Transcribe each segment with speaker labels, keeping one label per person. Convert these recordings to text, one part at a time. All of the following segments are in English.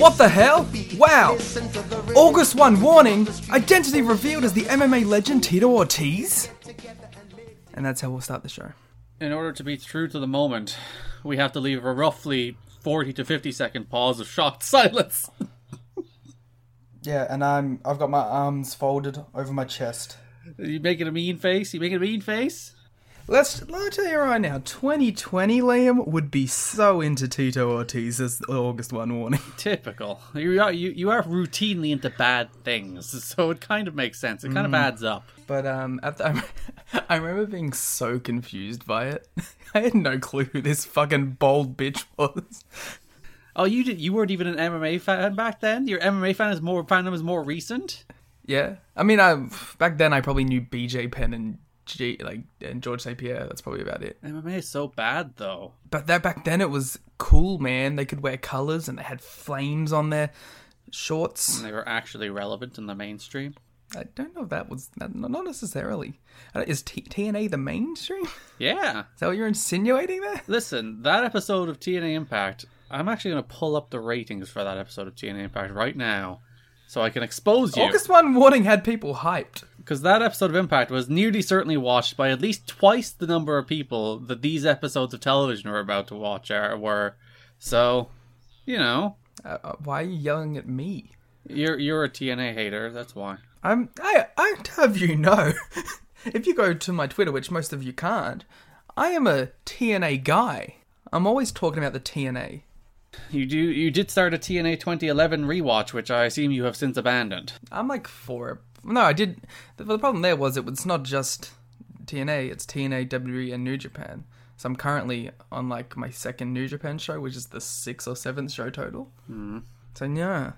Speaker 1: what the hell? Wow! August 1 warning identity revealed as the MMA legend Tito Ortiz? And that's how we'll start the show.
Speaker 2: in order to be true to the moment, we have to leave a roughly 40 to 50 second pause of shocked silence.
Speaker 1: Yeah, and I'm, I've got my arms folded over my chest.
Speaker 2: Are you making a mean face? you making a mean face?
Speaker 1: Let's, let me tell you right now 2020 Liam would be so into Tito Ortiz as the August 1 warning.
Speaker 2: Typical. You are you, you are routinely into bad things, so it kind of makes sense. It kind of adds up.
Speaker 1: But um, at the, I remember being so confused by it. I had no clue who this fucking bold bitch was.
Speaker 2: Oh, you did. You weren't even an MMA fan back then. Your MMA fan is more fandom is more recent.
Speaker 1: Yeah, I mean, I back then I probably knew BJ Penn and G, like and George St Pierre. That's probably about it.
Speaker 2: MMA is so bad though.
Speaker 1: But that back then it was cool, man. They could wear colors and they had flames on their shorts.
Speaker 2: They were actually relevant in the mainstream.
Speaker 1: I don't know if that was not not necessarily. Uh, Is T- TNA the mainstream? Is
Speaker 2: Yeah.
Speaker 1: that what you're insinuating there?
Speaker 2: Listen, that episode of TNA Impact, I'm actually going to pull up the ratings for that episode of TNA Impact right now so I can expose you.
Speaker 1: August one warning had people hyped.
Speaker 2: Because that episode of Impact was nearly certainly watched by at least twice the number of people that these episodes of television were about to watch are, were. So, you know,
Speaker 1: Uh, uh, why are you yelling at me?
Speaker 2: you're you're a TNA hater, that's why.
Speaker 1: I'm I I have you know, if you go to my Twitter, which most of you can't, I am a TNA guy. I'm always talking about the TNA.
Speaker 2: You do you did start a TNA 2011 rewatch, which I assume you have since abandoned.
Speaker 1: I'm like for it. No, I did. The, the problem there was it was not just TNA. It's TNA, WWE, E and New Japan. So I'm currently on like my second New Japan show, which is the sixth or seventh show total. Mm. So yeah,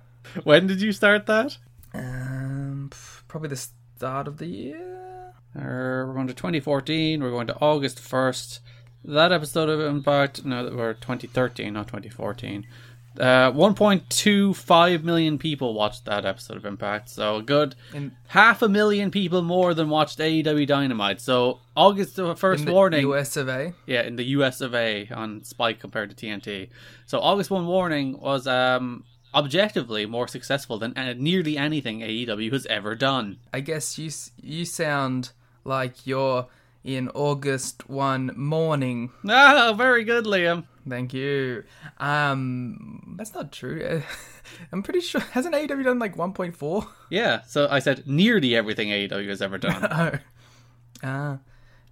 Speaker 2: When did you start that?
Speaker 1: um, pff, probably the start of the year.
Speaker 2: Uh, we're going to 2014. We're going to August 1st. That episode of Impact, no, that we're 2013, not 2014. Uh, 1.25 million people watched that episode of Impact, so a good
Speaker 1: In-
Speaker 2: half a million people more than watched AEW Dynamite. So August the first
Speaker 1: In the
Speaker 2: warning,
Speaker 1: US of A.
Speaker 2: yeah, in the US of A on Spike compared to TNT. So August one warning was um, objectively more successful than uh, nearly anything AEW has ever done.
Speaker 1: I guess you s- you sound like you're in August one morning.
Speaker 2: Ah, very good, Liam.
Speaker 1: Thank you. Um, that's not true. I'm pretty sure hasn't AEW done like 1.4?
Speaker 2: Yeah, so I said nearly everything AEW has ever done.
Speaker 1: Oh, ah,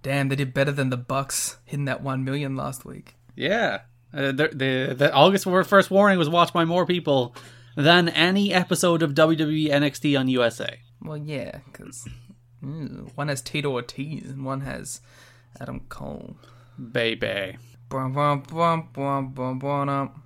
Speaker 1: damn! They did better than the Bucks hitting that one million last week.
Speaker 2: yeah, uh, the, the the August first warning was watched by more people than any episode of E WWE NXT on USA.
Speaker 1: Well, yeah, because one has Tito Ortiz and one has Adam Cole.
Speaker 2: Baby,
Speaker 1: Bum, bum, bum, bum, bum, bum, um.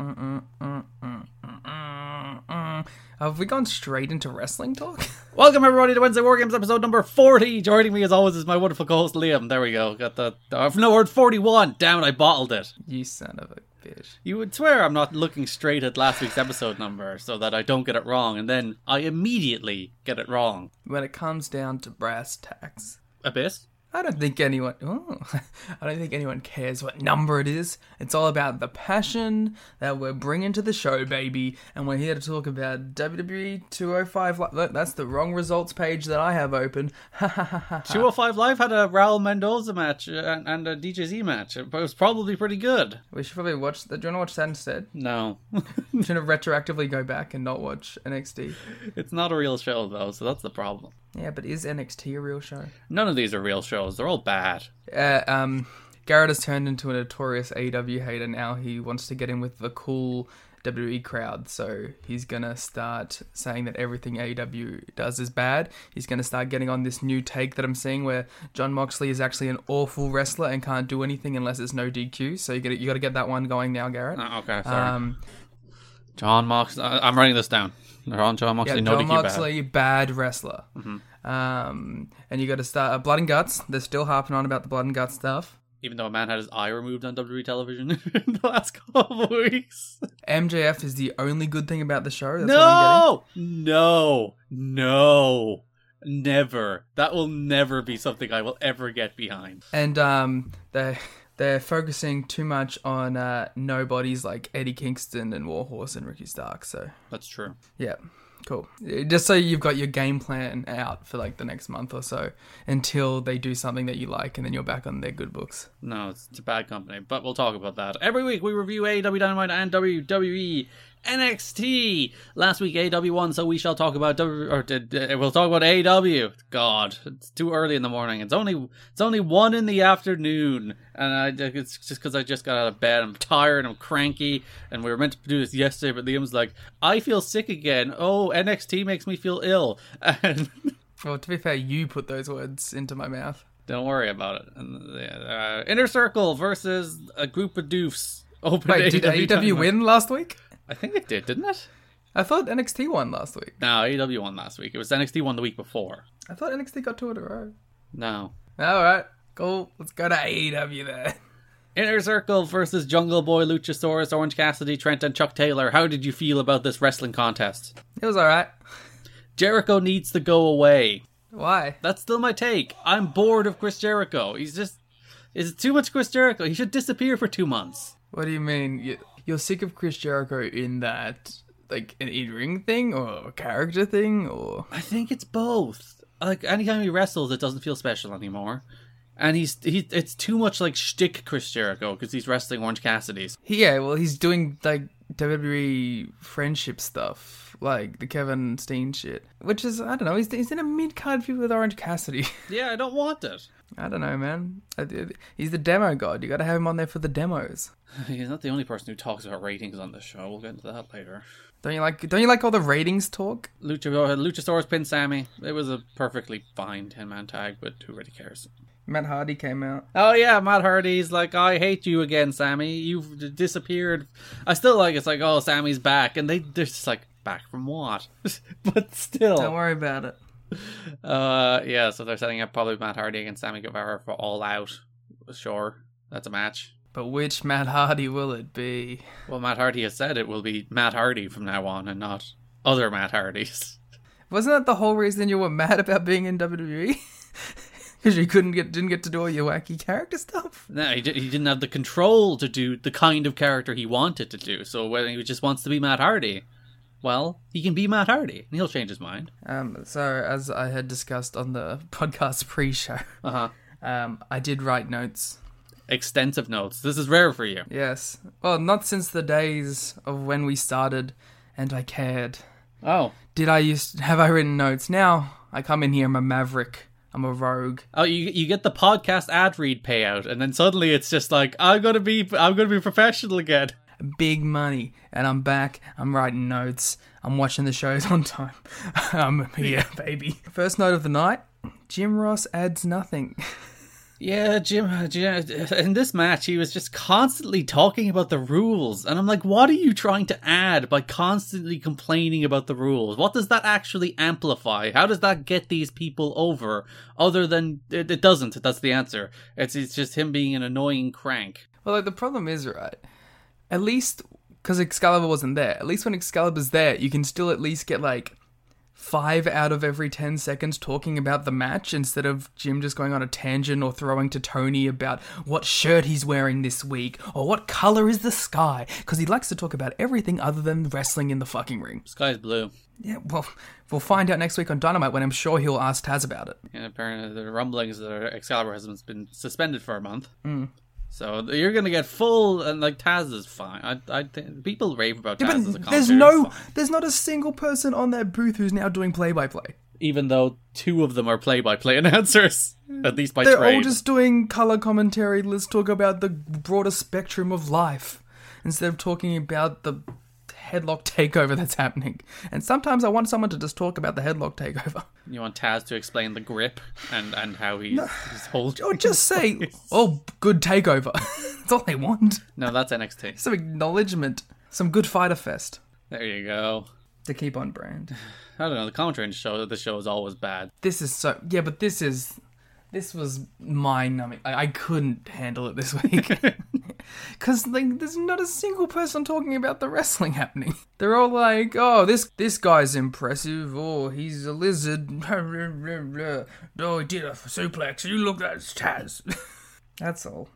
Speaker 1: Mm, mm, mm, mm, mm, mm. Have we gone straight into wrestling talk?
Speaker 2: welcome everybody to Wednesday War Games episode number forty. Joining me as always is my wonderful co-host Liam. There we go. Got the uh, no word forty one. Damn it, I bottled it.
Speaker 1: you son of a bitch.
Speaker 2: You would swear I'm not looking straight at last week's episode number so that I don't get it wrong, and then I immediately get it wrong.
Speaker 1: When it comes down to brass tacks,
Speaker 2: Abyss.
Speaker 1: I don't think anyone. Oh, I don't think anyone cares what number it is. It's all about the passion that we're bringing to the show, baby. And we're here to talk about E WWE 205. Li- Look, That's the wrong results page that I have open.
Speaker 2: 205 Live had a Raul Mendoza match uh, and, and a DJZ match. It was probably pretty good.
Speaker 1: we should probably watch. The, do you want to watch that instead?
Speaker 2: No,
Speaker 1: Do you want to retroactively go back and not watch NXT?
Speaker 2: it's not a real show though, so that's the problem.
Speaker 1: Yeah, but is NXT a real show?
Speaker 2: None of these are real shows. They're all bad.
Speaker 1: Uh, um, Garrett has turned into a notorious AEW hater now. He wants to get in with the cool WWE crowd, so he's gonna start saying that everything AEW does is bad. He's gonna start getting on this new take that I'm seeing, where John Moxley is actually an awful wrestler and can't do anything unless it's no DQ. So you got
Speaker 2: Ah,
Speaker 1: you got to get that one going now, Garrett.
Speaker 2: Uh, okay, sorry.
Speaker 1: Um,
Speaker 2: John Mox. I- I'm writing this down. They're on John Moxley,
Speaker 1: Yeah,
Speaker 2: no
Speaker 1: John
Speaker 2: DQ bad.
Speaker 1: Moxley, bad, wrestler. Um, and you got to start uh, Blood and Guts. They're still harping on about the Blood and Guts stuff.
Speaker 2: Even though a man had his eye removed on WWE television in the last couple of weeks.
Speaker 1: MJF is the only good thing about the show. That's what I'm getting.
Speaker 2: No! No! No! Never. That will never be something I will ever get behind.
Speaker 1: And um, they they're focusing too much on uh, nobodies like Eddie Kingston and Warhorse and Ricky Stark. So
Speaker 2: That's true.
Speaker 1: yeah, cool. Just so you've got your game plan out for like the next month or so until they do something that you like, and then you're back on their good books.
Speaker 2: No, it's, it's a bad company, but we'll talk about that. Every week we review AEW Dynamite and E WWE NXT. Last week AEW won, so we shall talk about W or d- d- we'll talk about AEW. God, it's too early in the morning. It's only it's only one in the afternoon, and I it's just because I just got out of bed. I'm tired. I'm cranky, and we were meant to do this yesterday, but Liam's like, I feel sick again. Oh, NXT makes me feel ill, and
Speaker 1: Well, to be fair, you put those words into my mouth.
Speaker 2: Don't worry about it. And, yeah, uh, Inner Circle versus a group of doofs. Open
Speaker 1: Wait, did
Speaker 2: AEW
Speaker 1: AEW
Speaker 2: Dynamite.
Speaker 1: win last week?
Speaker 2: I think it did, didn't it?
Speaker 1: I thought NXT won last week.
Speaker 2: No, AEW won last week. It was NXT won the week before.
Speaker 1: I thought NXT got two in a row.
Speaker 2: No.
Speaker 1: All right, cool. Let's go to AEW then.
Speaker 2: Inner Circle versus Jungle Boy, Luchasaurus, Orange Cassidy, Trent, and Chuck Taylor. How did you feel about this wrestling contest?
Speaker 1: It was all right.
Speaker 2: Jericho needs to go away.
Speaker 1: Why?
Speaker 2: That's still my take. I'm bored of Chris Jericho. He's just. Is it too much Chris Jericho? He should disappear for two months.
Speaker 1: What do you mean? You- You're sick of Chris Jericho in that, like, an in ring thing or a character thing or.
Speaker 2: I think it's both. Like anytime he wrestles, it doesn't feel special anymore, and he's he. It's too much like shtick Chris Jericho because he's wrestling Orange Cassidy's.
Speaker 1: Yeah, well, he's doing, like, WWE friendship stuff, like the Kevin Steen shit, which is, I don't know, he's, he's in a mid card feud with Orange Cassidy.
Speaker 2: Yeah, I don't want it.
Speaker 1: I don't know, man. I- I- He's the demo god. You gotta have him on there for the demos.
Speaker 2: He's not the only person who talks about ratings on the show. We'll get into that later.
Speaker 1: Don't you like? Don't you like all the ratings talk?
Speaker 2: Lucha, Luchasaurus pinned Sammy. It was a perfectly fine ten man tag, but who really cares?
Speaker 1: Matt Hardy came out.
Speaker 2: Oh yeah, Matt Hardy's like, I hate you again, Sammy. You've d- disappeared. I still like it's like, oh, Sammy's back, and they they're just like back from what? but still,
Speaker 1: Don't worry about it.
Speaker 2: Uh, yeah. So they're setting up probably Matt Hardy against Sammy Guevara for All Out. Sure, that's a match.
Speaker 1: But which Matt Hardy will it be?
Speaker 2: Well, Matt Hardy has said it will be Matt Hardy from now on, and not other Matt Hardys.
Speaker 1: Wasn't that the whole reason you were mad about being in WWE? Because you couldn't get, didn't get to do all your wacky character stuff.
Speaker 2: No, he, di- he didn't have the control to do the kind of character he wanted to do. So when he just wants to be Matt Hardy, well, he can be Matt Hardy, and he'll change his mind.
Speaker 1: Um, so as I had discussed on the podcast pre-show,
Speaker 2: Uh huh.
Speaker 1: um, I did write notes.
Speaker 2: Extensive notes. This is rare for you.
Speaker 1: Yes. Well, not since the days of when we started, and I cared.
Speaker 2: Oh,
Speaker 1: Did I used have I written notes? Now I come in here. I'm a maverick. I'm a rogue.
Speaker 2: Oh, you you get the podcast ad read payout, and then suddenly it's just like I'm gonna be I'm gonna be professional again.
Speaker 1: big money and I'm back. I'm writing notes. I'm watching the shows on time. I'm here, baby. First note of the night Jim Ross adds nothing.
Speaker 2: Yeah, Jim, uh, Jim. In this match, he was just constantly talking about the rules, and I'm like, what are you trying to add by constantly complaining about the rules? What does that actually amplify? How does that get these people over? Other than it, it doesn't. That's the answer. It's it's just him being an annoying crank.
Speaker 1: well, like, the problem is, right? At least because Excalibur wasn't there, at least when Excalibur's there, you can still at least get like five out of every 10 seconds talking about the match instead of Jim just going on a tangent or throwing to Tony about what shirt he's wearing this week or what color is the sky because he likes to talk about everything other than wrestling in the fucking ring.
Speaker 2: Sky's blue.
Speaker 1: Yeah, well, we'll find out next week on Dynamite when I'm sure he'll ask Taz about it.
Speaker 2: And apparently, the rumblings that Excalibur has been suspended for a month.
Speaker 1: Hmm.
Speaker 2: So th- you're gonna get full, and like Taz is fine. I, I think people rave about Taz as a
Speaker 1: But there's
Speaker 2: commentator,
Speaker 1: no,
Speaker 2: it's fine.
Speaker 1: there's not a single person on that booth who's now doing play-by-play.
Speaker 2: even though two of them are play-by-play announcers, at least by
Speaker 1: They're all
Speaker 2: trade.
Speaker 1: just doing color commentary. Let's talk about the broader spectrum of life instead of talking about the headlock takeover that's happening. And sometimes I want someone to just talk about the headlock takeover.
Speaker 2: You want Taz to explain the grip and and how he's he's holding.
Speaker 1: Or just say, "Oh, good takeover." that's all they want.
Speaker 2: no, that's NXT.
Speaker 1: Some acknowledgement, some good fighter fest.
Speaker 2: There you go.
Speaker 1: to keep on brand.
Speaker 2: I don't know. The commentary in the show the show is always bad.
Speaker 1: This is so yeah, but this is this was mind numbing. I, I couldn't handle it this week because like there's not a single person talking about the wrestling happening. They're all like, "Oh, this this guy's impressive. Oh, he's a lizard. oh, he did a suplex. You look at Taz." That's all.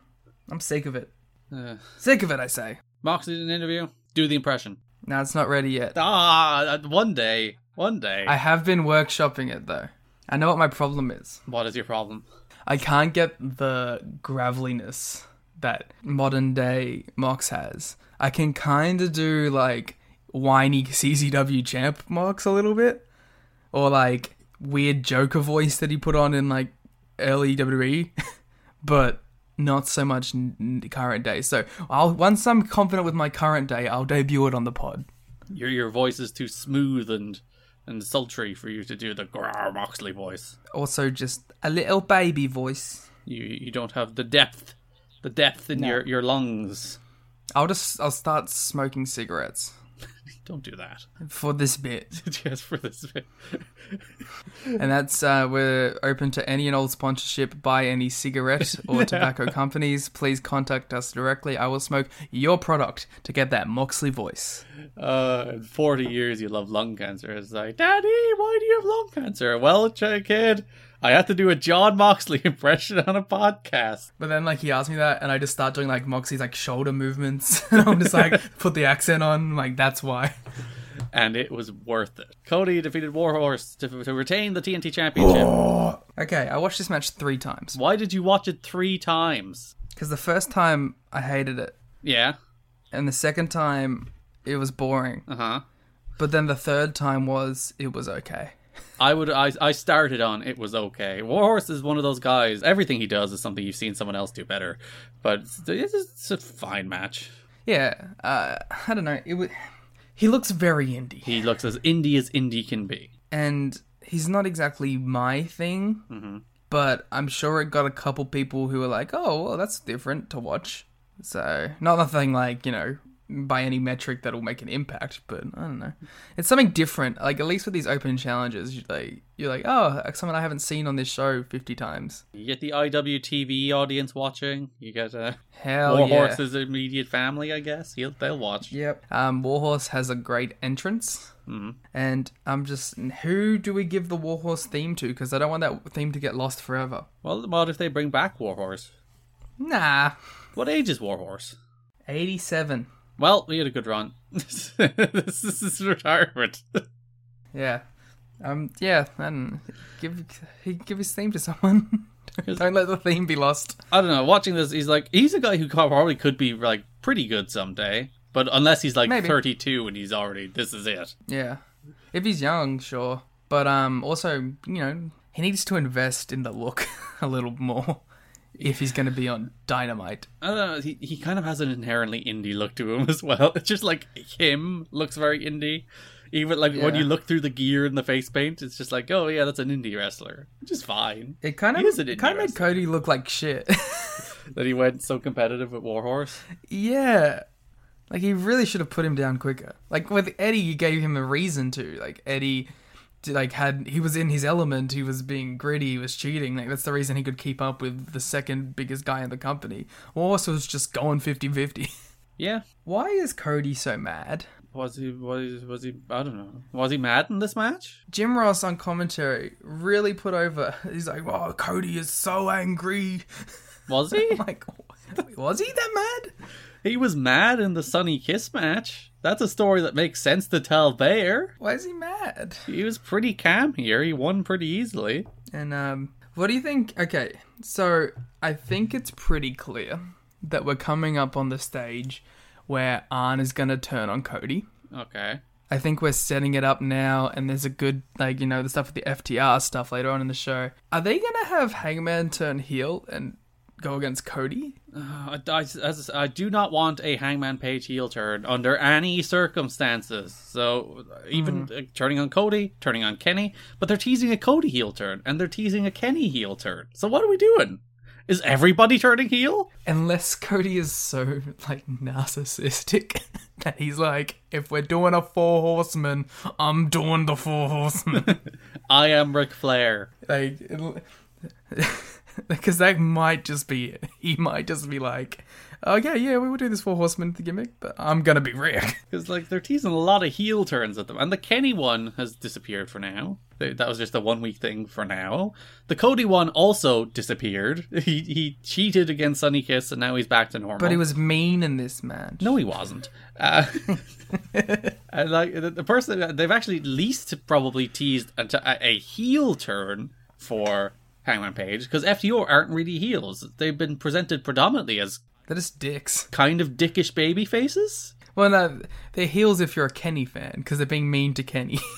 Speaker 1: I'm sick of it.
Speaker 2: Uh,
Speaker 1: Sick of it, I say.
Speaker 2: Moxley did an interview. Do the impression.
Speaker 1: No, it's not ready yet.
Speaker 2: Ah, uh, one day, one day.
Speaker 1: I have been workshopping it though. I know what my problem is.
Speaker 2: what is your problem?
Speaker 1: I can't get the graveliness that modern day Mox has. I can kind of do like whiny CZW champ Mox a little bit, or like weird Joker voice that he put on in like early WWE, but not so much n- n- current day. So I'll once I'm confident with my current day, I'll debut it on the pod.
Speaker 2: Your your voice is too smooth and and sultry for you to do the grrr Moxley voice.
Speaker 1: Also, just a little baby voice.
Speaker 2: You you don't have the depth, the depth in your your lungs.
Speaker 1: I'll just I'll start smoking cigarettes
Speaker 2: Don't do that.
Speaker 1: for this bit.
Speaker 2: Just for this bit.
Speaker 1: And that's uh, we're open to any and all sponsorship by any cigarette or tobacco companies. Please contact us directly. I will smoke your product to get that Moxley voice.
Speaker 2: Uh, in 40 years, you love lung cancer. It's like, Daddy, why do you have lung cancer? Well, ch- kid, I have to do a John Moxley impression on a podcast.
Speaker 1: But then like he asked me that, and I just start doing like Moxley's like shoulder movements, and I'm just like put the accent on. Like that's why.
Speaker 2: And it was worth it. Cody defeated Warhorse to, to retain the TNT Championship.
Speaker 1: Okay, I watched this match three times
Speaker 2: why did you watch it three times?
Speaker 1: because the first time I hated it,
Speaker 2: Yeah.
Speaker 1: and the second time it was boring.
Speaker 2: Uh huh.
Speaker 1: But then the third time was it was okay.
Speaker 2: I would. I, I started on it was okay. Warhorse is one of those guys. Everything he does is something you've seen someone else do better, but it's, it's a fine match.
Speaker 1: Yeah, uh, I don't know. It was. He looks very indie.
Speaker 2: He looks as indie as indie can be.
Speaker 1: and he's not exactly my thing, but I'm sure it got a couple people who were like, "Oh, well, that's different to watch." So not nothing like you know by any metric that'll make an impact, but I don't know. It's something different. Like at least with these open challenges, you like you're like, "Oh, that's someone I haven't seen on this show 50 times."
Speaker 2: You get the IWTV audience watching. You get uh,
Speaker 1: Hell yeah.
Speaker 2: Warhorse's immediate family, I guess. He'll, they'll watch.
Speaker 1: Yep. Um, Warhorse has a great entrance. Mm. And I'm just, who do we give the Warhorse theme to? Because I don't want that theme to get lost forever.
Speaker 2: Well, what if they bring back Warhorse?
Speaker 1: Nah.
Speaker 2: What age is Warhorse?
Speaker 1: 87.
Speaker 2: Well, we had a good run. this is his retirement.
Speaker 1: Yeah. Um. Yeah. And give he give his theme to someone. Don't let the theme be lost.
Speaker 2: I don't know. Watching this, he's like, he's a guy who probably could be like pretty good someday, but unless he's like
Speaker 1: Maybe.
Speaker 2: 32 and he's already, this is it.
Speaker 1: Yeah. If he's young, sure. But um. Also, you know, he needs to invest in the look a little more if he's going to be on Dynamite.
Speaker 2: I don't know. He, he kind of has an inherently indie look to him as well. It's just like him looks very indie. Even like when
Speaker 1: Yeah.
Speaker 2: you look through the gear and the face paint, it's just like, oh yeah, that's an indie wrestler, which is fine.
Speaker 1: It kind of
Speaker 2: He is an
Speaker 1: it kind of
Speaker 2: indie
Speaker 1: made Cody look like shit.
Speaker 2: That he went so competitive at Warhorse.
Speaker 1: yeah. Like he really should have put him down quicker. Like with Eddie, you gave him a reason to. Like Eddie, did- like had he was in his element. He was being gritty. He was cheating. Like that's the reason he could keep up with the second biggest guy in the company. Warhorse was just going 50-50.
Speaker 2: Yeah.
Speaker 1: Why is Cody so mad?
Speaker 2: Was he? Was was he? I don't know. Was he mad in this match?
Speaker 1: Jim Ross on commentary really put over. He's like, "Oh, Cody is so angry."
Speaker 2: Was he?
Speaker 1: I'm like, was he that mad?
Speaker 2: he was mad in the Sunny Kiss match. That's a story that makes sense to tell there.
Speaker 1: Why is he mad?
Speaker 2: He was pretty calm here. He won pretty easily.
Speaker 1: And um, what do you think? Okay, so I think it's pretty clear that we're coming up on the stage where Arn is going to turn on Cody.
Speaker 2: Okay.
Speaker 1: I think we're setting it up now, and there's a good, like, you know, the stuff with the FTR stuff later on in the show. Are they going to have Hangman turn heel and go against Cody?
Speaker 2: I, I- as I- I do not want a Hangman Page heel turn under any circumstances. So even
Speaker 1: Hmm.
Speaker 2: uh, turning on Cody, turning on Kenny, but they're teasing a Cody heel turn and they're teasing a Kenny heel turn. So what are we doing? Is everybody turning heel?
Speaker 1: Unless Cody is so like narcissistic that he's like, if we're doing a four horsemen, I'm doing the four horsemen.
Speaker 2: I am Ric Flair.
Speaker 1: like, it'll- because that might just be he might just be like, oh yeah, yeah, we will do this four horsemen gimmick, but I'm gonna be Rick.
Speaker 2: Because like they're teasing a lot of heel turns at them, and the Kenny one has disappeared for now. They- That was just a one week thing for now. The Cody one also disappeared. He he cheated against Sunny Kiss, and now he's back to normal.
Speaker 1: But he was mean in this match.
Speaker 2: No, he wasn't. Uh, and like the, the person uh, they've actually least probably teased a, a- a heel turn for Hangman Page because FTO aren't really heels. They've been presented predominantly as
Speaker 1: they're just dicks.
Speaker 2: kind of dickish baby faces.
Speaker 1: Well, no, they're heels if you're a Kenny fan because they're being mean to Kenny.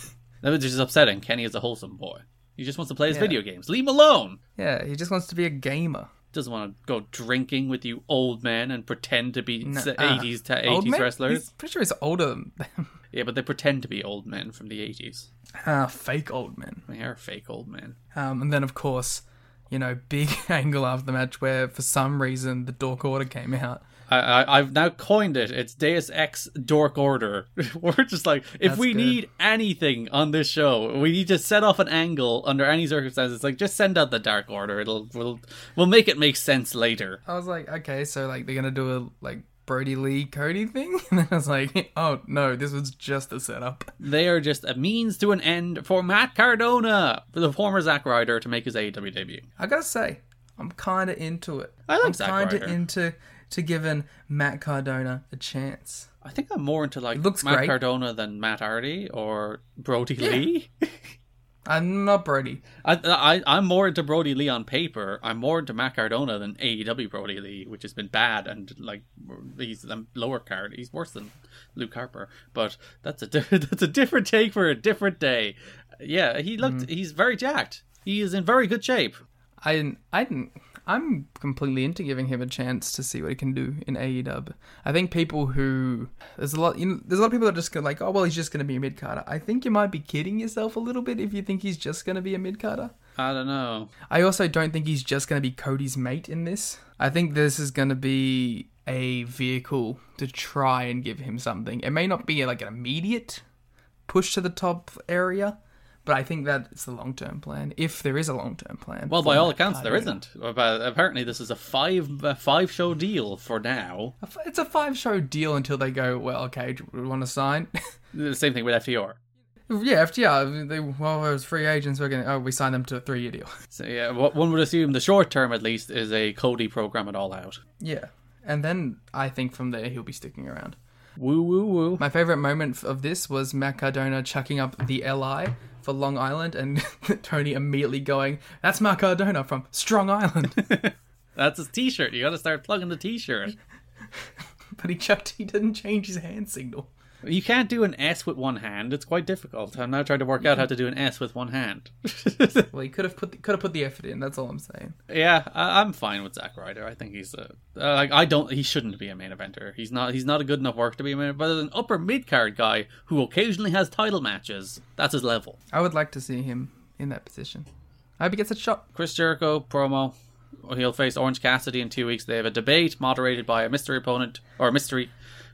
Speaker 2: That was just upsetting. Kenny is a wholesome boy. He just wants to play his
Speaker 1: Yeah.
Speaker 2: video games. Leave him alone.
Speaker 1: yeah, he just wants to be a gamer.
Speaker 2: Doesn't want to go drinking with you old men and pretend to be
Speaker 1: No,
Speaker 2: s-
Speaker 1: uh,
Speaker 2: 80s to
Speaker 1: Old
Speaker 2: 80s
Speaker 1: man?
Speaker 2: wrestlers.
Speaker 1: He's pretty sure he's older than them.
Speaker 2: Yeah, but they pretend to be old men from the 80s.
Speaker 1: ah, fake old man.
Speaker 2: They are fake old men.
Speaker 1: Um, and then, of course, you know, big angle after the match where for some reason the dork order came out.
Speaker 2: I, I, I've now coined it. It's Deus Ex Dork Order. We're just like, if
Speaker 1: That's
Speaker 2: we
Speaker 1: good.
Speaker 2: need anything on this show, we need to set off an angle under any circumstances. Like, just send out the Dark Order. It'll we'll we'll make it make sense later.
Speaker 1: I was like, okay, so like they're gonna do a like Brody Lee Cody thing, and then I was like, oh no, this was just a setup.
Speaker 2: They are just a means to an end for Matt Cardona, the former Zack Ryder, to make his AEW debut.
Speaker 1: I gotta say, I'm kind of into it.
Speaker 2: I like
Speaker 1: I'm
Speaker 2: Zack
Speaker 1: kinda
Speaker 2: Ryder.
Speaker 1: into to giving Matt Cardona a chance.
Speaker 2: I think I'm more into like
Speaker 1: looks
Speaker 2: Matt
Speaker 1: great.
Speaker 2: Cardona than Matt Hardy or Brody Lee.
Speaker 1: I'm not Brody.
Speaker 2: I, I I'm more into Brody Lee on paper. I'm more into Matt Cardona than AEW Brody Lee, which has been bad and like he's a lower card. He's worse than Luke Harper, but that's a diff- that's a different take for a different day. Yeah, he looked. He's very jacked. He is in very good shape.
Speaker 1: I didn't. I didn't. I'm completely into giving him a chance to see what he can do in AEW. I think people who there's a lot, you know, there's a lot of people that are just gonna like, oh well, he's just gonna be a mid carder. I think you might be kidding yourself a little bit if you think he's just gonna be a mid carder.
Speaker 2: I don't know.
Speaker 1: I also don't think he's just gonna be Cody's mate in this. I think this is gonna be a vehicle to try and give him something. It may not be like an immediate push to the top area, but I think that it's the long term plan if there is a long term plan.
Speaker 2: Well,
Speaker 1: for
Speaker 2: by all
Speaker 1: Matt
Speaker 2: accounts, there
Speaker 1: Cardona.
Speaker 2: isn't. But apparently, this is a five a five show deal for now.
Speaker 1: A f- It's a five show deal until they go, well, okay, do we want to sign?
Speaker 2: The same thing with FTR.
Speaker 1: yeah, FTR, they, well, as free agents, we're going to, oh, we signed them to a three year deal.
Speaker 2: So yeah, what- one would assume the short term at least is a Cody program at all out.
Speaker 1: yeah. And then I think from there he'll be sticking around.
Speaker 2: Woo woo woo.
Speaker 1: My favorite moment f- of this was Matt Cardona chucking up the LI for Long Island and Tony immediately going, that's Matt Cardona from Strong Island.
Speaker 2: That's his T-shirt. You got to start plugging the T-shirt.
Speaker 1: but he chucked, he didn't change his hand signal.
Speaker 2: You can't do an S with one hand. It's quite difficult. I'm now trying to work out how to do an S with one hand.
Speaker 1: Well, he could have put the, could have put the effort in. That's all I'm saying.
Speaker 2: yeah, I- I'm fine with Zack Ryder. I think he's a uh, like I don't. He shouldn't be a main eventer. He's not. He's not a good enough work to be a main. But as an upper mid card guy who occasionally has title matches, that's his level.
Speaker 1: I would like to see him in that position. I hope he gets a shot.
Speaker 2: Chris Jericho promo. He'll face Orange Cassidy in two weeks. They have a debate moderated by a mystery opponent or a mystery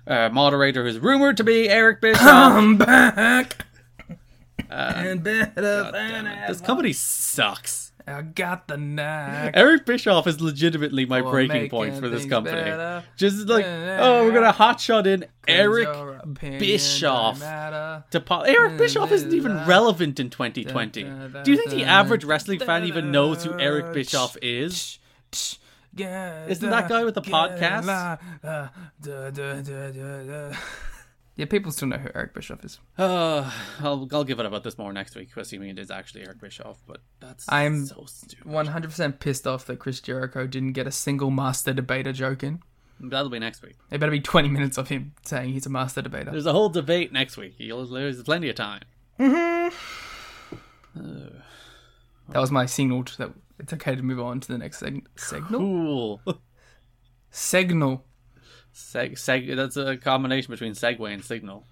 Speaker 2: uh, moderator who's rumored to be Eric Bischoff.
Speaker 1: I'm back. and better than
Speaker 2: this company sucks.
Speaker 1: ever. I got the knack.
Speaker 2: Eric Bischoff is legitimately my
Speaker 1: For
Speaker 2: breaking point
Speaker 1: making
Speaker 2: for this
Speaker 1: things
Speaker 2: company.
Speaker 1: better.
Speaker 2: Just like,
Speaker 1: Yeah.
Speaker 2: oh, we're gonna hotshot in
Speaker 1: Your
Speaker 2: Eric
Speaker 1: opinion
Speaker 2: Bischoff.
Speaker 1: don't matter.
Speaker 2: to po- Eric Bischoff isn't even
Speaker 1: Yeah.
Speaker 2: relevant in 2020. Do you think the average wrestling fan even knows who Eric Bischoff is? Isn't that guy with the podcast?
Speaker 1: podcast? Yeah, people still know who Eric Bischoff is.
Speaker 2: Uh, I'll I'll give it about this more next week, assuming it is actually Eric Bischoff. But that's
Speaker 1: I'm
Speaker 2: so stupid.
Speaker 1: 100% pissed off that Chris Jericho didn't get a single master debater joke in.
Speaker 2: That'll be next week.
Speaker 1: It better be 20 minutes of him saying he's a master debater.
Speaker 2: There's a whole debate next week. You'll, there's plenty of time.
Speaker 1: That was my signal to that it's okay to move on to the next seg- signal.
Speaker 2: Cool.
Speaker 1: Signal.
Speaker 2: Seg, seg, that's a combination between segue and signal.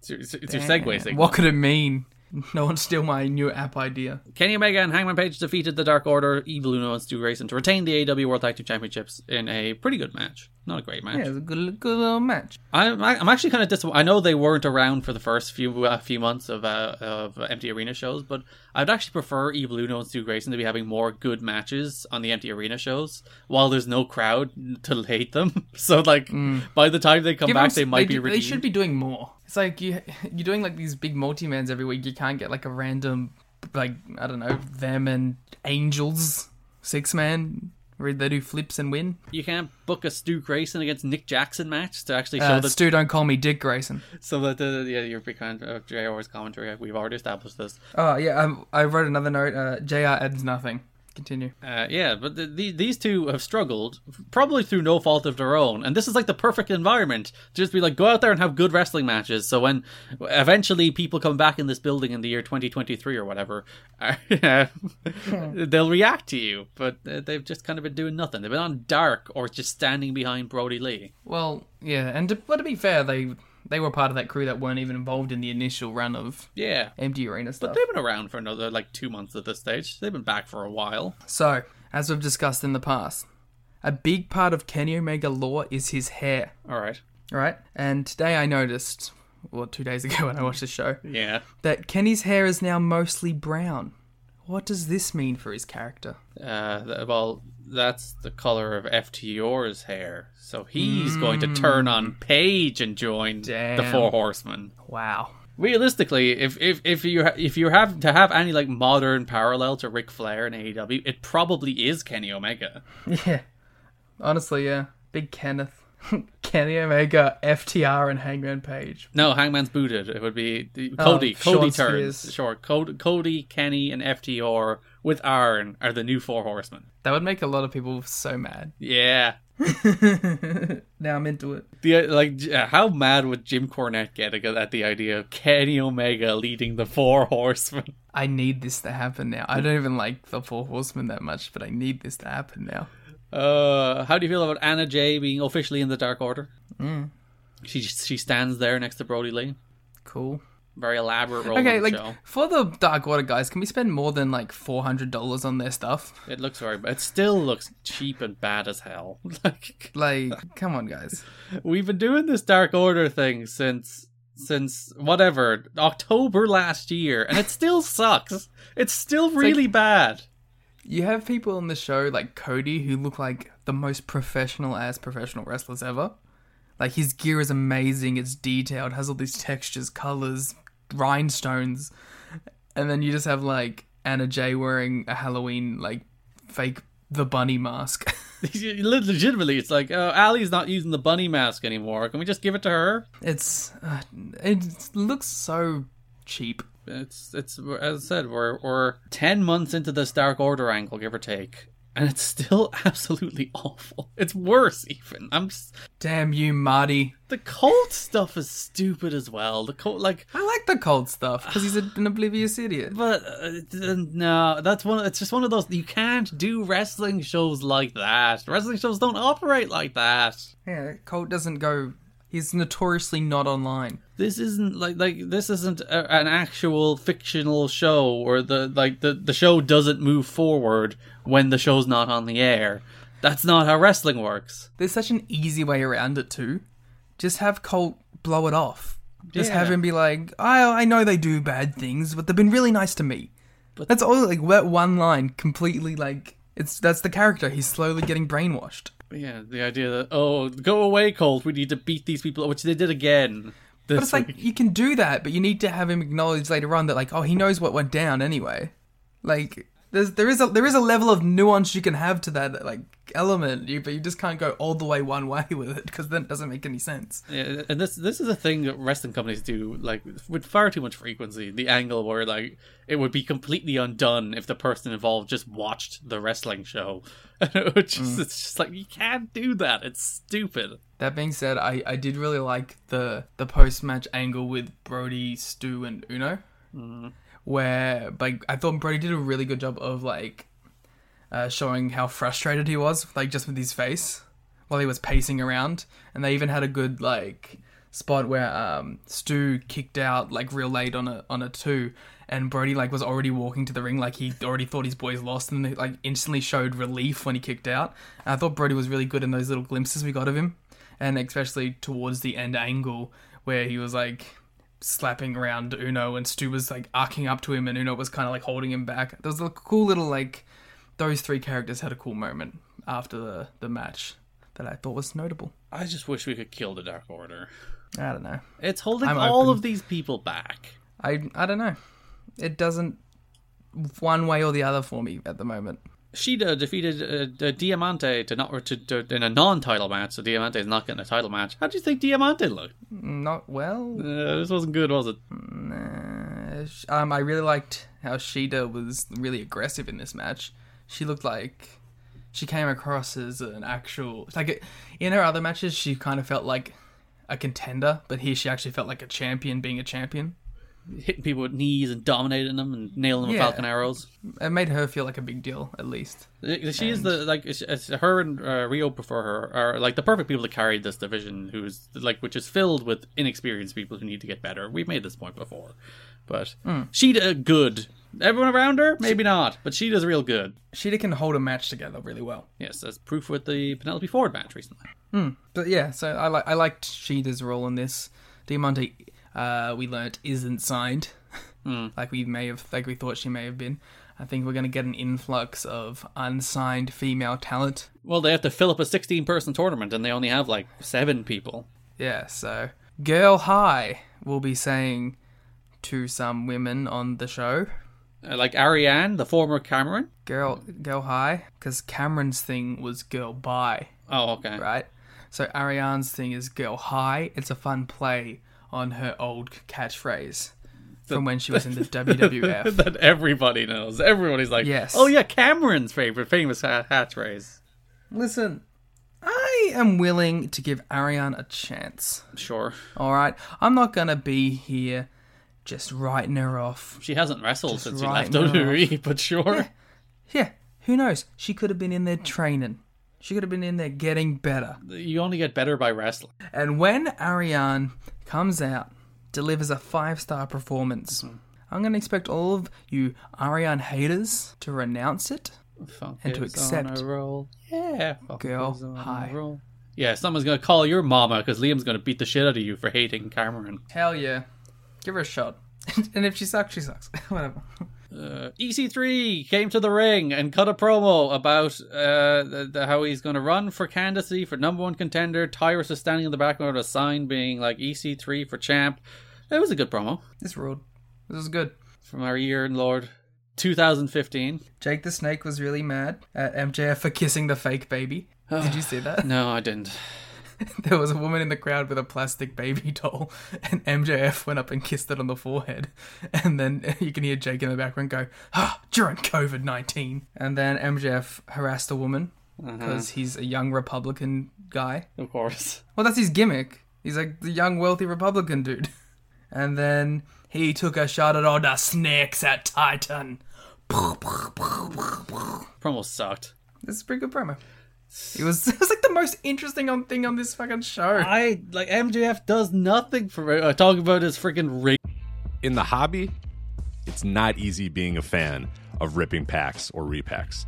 Speaker 2: It's your, it's your
Speaker 1: Damn.
Speaker 2: segue signal.
Speaker 1: What could it mean? No one steal my new app idea.
Speaker 2: Kenny Omega and Hangman Page defeated the Dark Order, Evil Uno, and Stu Grayson to retain the AW World Tag Team Championships in a pretty good match. Not a great match.
Speaker 1: Yeah, it's a good, good little match.
Speaker 2: I'm, I'm actually kind of disappointed. I know they weren't around for the first few uh, few months of uh, of empty arena shows, but I'd actually prefer Evil Uno and Stu Grayson to be having more good matches on the empty arena shows while there's no crowd to hate them. So like by the time they come
Speaker 1: Mm. Give
Speaker 2: back,
Speaker 1: them-
Speaker 2: they might be
Speaker 1: do- They
Speaker 2: redeemed.
Speaker 1: should be doing more. It's like you you're doing like these big multi-mans every week. You can't get like a random like I don't know them and angels six man where they do flips and win.
Speaker 2: You can't book a Stu Grayson against Nick Jackson match to actually show
Speaker 1: Uh,
Speaker 2: that
Speaker 1: Stu, don't call me Dick Grayson.
Speaker 2: so that the yeah your big kind of JR's commentary. uh, We've already established this.
Speaker 1: Oh yeah, um, I wrote another note. Uh, Jr. adds nothing. Continue.
Speaker 2: Uh, yeah, but the, the, these two have struggled, probably through no fault of their own. And this is like the perfect environment to just be like, go out there and have good wrestling matches. So when eventually people come back in this building in the year 2023 or whatever, uh, they'll react to you. But uh, they've just kind of been doing nothing. They've been on dark or just standing behind Brody Lee.
Speaker 1: Well, yeah, and to, well, to be fair, they they were part of that crew that weren't even involved in the initial run of
Speaker 2: Yeah.
Speaker 1: empty arena stuff.
Speaker 2: They've been around for another like two months at this stage. They've been back for a while.
Speaker 1: So, as we've discussed in the past, a big part of Kenny Omega lore is his hair,
Speaker 2: All right.
Speaker 1: right? And today I noticed, well, two days ago when I watched the show,
Speaker 2: Yeah.
Speaker 1: that Kenny's hair is now mostly brown. What does this mean for his character?
Speaker 2: Uh, th- well, that's the color of FTR's hair. So he's going to turn on Page and join the
Speaker 1: Damn.
Speaker 2: Four Horsemen.
Speaker 1: Wow.
Speaker 2: Realistically, if if if you ha- if you have to have any like modern parallel to Ric Flair in AEW, it probably is Kenny Omega.
Speaker 1: Yeah. Honestly, yeah. Big Kenneth. Kenny Omega, FTR, and Hangman Page.
Speaker 2: No, Hangman's booted. It would be the, Cody.
Speaker 1: Sean
Speaker 2: Cody
Speaker 1: Spears.
Speaker 2: turns. Sure, Cody, Cody, Kenny, and FTR with Arn are the new Four Horsemen.
Speaker 1: That would make a lot of people so mad.
Speaker 2: Yeah.
Speaker 1: Now I'm into it.
Speaker 2: The like, j- uh, how mad would Jim Cornette get ag- at the idea of Kenny Omega leading the Four Horsemen?
Speaker 1: I need this to happen now. I don't even like the Four Horsemen that much, but I need this to happen now.
Speaker 2: Uh, how do you feel about Anna Jay being officially in the Dark Order?
Speaker 1: Mm.
Speaker 2: She she stands there next to Brody Lee.
Speaker 1: Cool.
Speaker 2: Very elaborate role.
Speaker 1: Okay,
Speaker 2: in the
Speaker 1: like
Speaker 2: show.
Speaker 1: for the Dark Water guys, can we spend more than like four hundred dollars on their stuff?
Speaker 2: it looks very, but it still looks cheap and bad as hell. like
Speaker 1: Like, come on, guys.
Speaker 2: we've been doing this Dark Order thing since since whatever October last year, and it still sucks. It's still really bad.
Speaker 1: You have people on the show like Cody who look like the most professional as professional wrestlers ever. Like his gear is amazing. It's detailed. Has all these textures, colors, rhinestones, and then you just have like Anna Jay wearing a Halloween like fake the bunny mask.
Speaker 2: Le- Legitimately, it's like, oh, Ali's not using the bunny mask anymore. Can we just give it to her?
Speaker 1: It's uh, it looks so cheap.
Speaker 2: It's it's as I said, we're we're ten months into this Dark Order angle, give or take, and it's still absolutely awful. It's worse even. I'm s
Speaker 1: Damn you, Marty.
Speaker 2: the cult stuff is stupid as well. The cult like.
Speaker 1: I like the cold stuff because he's an oblivious idiot.
Speaker 2: But uh, no, that's one. It's just one of those. You can't do wrestling shows like that. Wrestling shows don't operate like that.
Speaker 1: Yeah, Colt doesn't go. He's notoriously not online.
Speaker 2: this isn't like like this isn't a, an actual fictional show or the like the the show doesn't move forward when the show's not on the air that's not how wrestling works
Speaker 1: There's such an easy way around it too. Just have Colt blow it off. Just have
Speaker 2: Yeah.
Speaker 1: him be like, I I know they do bad things, but they've been really nice to me. But that's all. Like that one line completely like it's that's the character. He's slowly getting brainwashed.
Speaker 2: yeah the idea that oh go away colt we need to beat these people which they did again
Speaker 1: But it's like you can do that, but you need to have him acknowledge later on that like, oh, he knows what went down anyway. Like there's there is a there is a level of nuance you can have to that like element, you but you just can't go all the way one way with it because then it doesn't make any sense.
Speaker 2: Yeah, and this this is a thing that wrestling companies do like with far too much frequency. The angle where like it would be completely undone if the person involved just watched the wrestling show. it would just, It's just like you can't do that. It's stupid.
Speaker 1: That being said, I I did really like the the post match angle with Brody, Stu, and Uno, where like I thought Brody did a really good job of like uh, showing how frustrated he was, like just with his face while he was pacing around, and they even had a good like spot where um, Stu kicked out like real late on a on a two, and Brody like was already walking to the ring, like he already thought his boys lost, and they, like instantly showed relief when he kicked out. And I thought Brody was really good in those little glimpses we got of him, and especially towards the end angle where he was like slapping around Uno, and Stu was like arcing up to him, and Uno was kind of like holding him back. There was a cool little like those three characters had a cool moment after the the match that I thought was notable.
Speaker 2: I just wish we could kill the Dark Order.
Speaker 1: I don't know.
Speaker 2: It's holding
Speaker 1: I'm
Speaker 2: all
Speaker 1: open.
Speaker 2: of these people back.
Speaker 1: I I don't know. It doesn't one way or the other for me at the moment.
Speaker 2: Sheeta defeated uh, uh, Diamante to not to, to, in a non-title match, so Diamante is not getting a title match. How do you think Diamante looked?
Speaker 1: Not well.
Speaker 2: Uh, this wasn't good, was it?
Speaker 1: Uh, sh- um, I really liked how Sheeta was really aggressive in this match. She looked like she came across as an actual like in her other matches she kind of felt like a contender, but here she actually felt like a champion being a champion.
Speaker 2: Hitting people with knees and dominating them and nailing them
Speaker 1: Yeah.
Speaker 2: with falcon arrows.
Speaker 1: It made her feel like a big deal at least.
Speaker 2: Uh, She is the like it's, it's her and uh, Rio before her are like the perfect people to carry this division, who's like which is filled with inexperienced people who need to get better. We've made this point before, but
Speaker 1: Hmm.
Speaker 2: Sheeta good. Everyone around her, maybe not, but Sheeta's real good.
Speaker 1: Sheeta can hold a match together really well.
Speaker 2: Yes, that's proof with the Penelope Ford match recently.
Speaker 1: But yeah, so I like I liked Sheeta's role in this. Diamante, uh, we learnt isn't signed, like we may have, like we thought she may have been. I think we're gonna get an influx of unsigned female talent.
Speaker 2: Well, they have to fill up a 16 person tournament and they only have like seven people.
Speaker 1: Yeah, so girl high will be saying to some women on the show,
Speaker 2: Uh, like Ariane, the former Cameron.
Speaker 1: girl girl high, because Cameron's thing was girl bye.
Speaker 2: Oh, okay.
Speaker 1: right? So Ariane's thing is girl high. It's a fun play on her old catchphrase from when she was in the WWF.
Speaker 2: that everybody knows. Everybody's like,
Speaker 1: Yes.
Speaker 2: oh yeah, Cameron's favorite famous ha- catchphrase.
Speaker 1: Listen, I am willing to give Ariane a chance.
Speaker 2: Sure.
Speaker 1: All right, I'm not gonna be here just writing her off.
Speaker 2: She hasn't wrestled since she left
Speaker 1: right
Speaker 2: WWE, but sure.
Speaker 1: Yeah, who knows? She could have been in there training. She could have been in there getting better.
Speaker 2: you only get better by wrestling.
Speaker 1: And when Ariane comes out, delivers a five star performance, I'm going to expect all of you Ariane haters to renounce it.
Speaker 2: Funk
Speaker 1: And to
Speaker 2: is
Speaker 1: accept.
Speaker 2: On a roll. Yeah. funk
Speaker 1: Girl,
Speaker 2: is on a
Speaker 1: hi.
Speaker 2: roll. Yeah, someone's going to call your mama because Liam's going to beat the shit out of you for hating Cameron.
Speaker 1: Hell yeah. Give her a shot. and if she sucks, she sucks. Whatever.
Speaker 2: Uh, EC3 came to the ring and cut a promo about uh, the, the- how he's going to run for candidacy for number one contender. Tyrus is standing in the background with a sign being like EC3 for champ. It was a good promo
Speaker 1: This ruled. This is good.
Speaker 2: from our year in Lord 2015.
Speaker 1: Jake the Snake was really mad at MJF for kissing the fake baby. Did you see that?
Speaker 2: No, I didn't.
Speaker 1: There was a woman in the crowd with a plastic baby doll, and MJF went up and kissed it on the forehead. And then you can hear Jake in the background go, ah, during COVID 19. And then MJF harassed a woman because he's a young Republican guy.
Speaker 2: Of course.
Speaker 1: Well, that's his gimmick. He's like the young, wealthy Republican dude. And then he took a shot at all the snakes at Titan.
Speaker 2: Promo sucked.
Speaker 1: This is a pretty good promo. It was, it was like the most interesting on, thing on this fucking show.
Speaker 2: I like MJF does nothing for uh, talking about his freaking ring.
Speaker 3: In the hobby, it's not easy being a fan of ripping packs or repacks.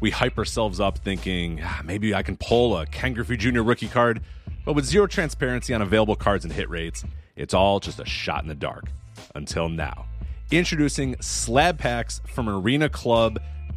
Speaker 3: We hype ourselves up thinking, "Ah, maybe I can pull a Ken Griffey Jr. rookie card, but with zero transparency on available cards and hit rates, it's all just a shot in the dark. Until now. Introducing slab packs from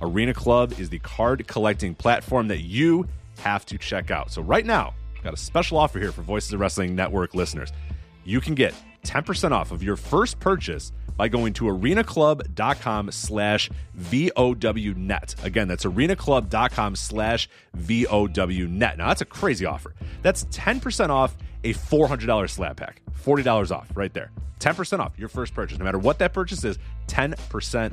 Speaker 3: Arena Club is the card collecting platform that you have to check out. So right now, got a special offer here for Voices of Wrestling Network listeners. You can get 10% off of your first purchase by going to arenaclub.com slash VOWnet. Again, that's arenaclub.com slash VOWnet. Now, that's a crazy offer. That's 10% off a $400 slab pack. $40 off right there. 10% off your first purchase. No matter what that purchase is, 10%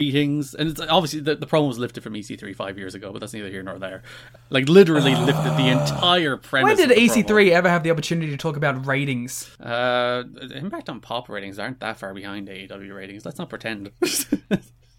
Speaker 2: Meetings, and it's obviously the, the problem was lifted from EC3 five years ago, but that's neither here nor there. Like literally lifted the entire
Speaker 1: When
Speaker 2: premise.
Speaker 1: did E
Speaker 2: of the
Speaker 1: EC3 ever have the opportunity to talk about ratings?
Speaker 2: promo. Uh, the impact on pop ratings aren't that far behind AEW ratings. Let's not pretend.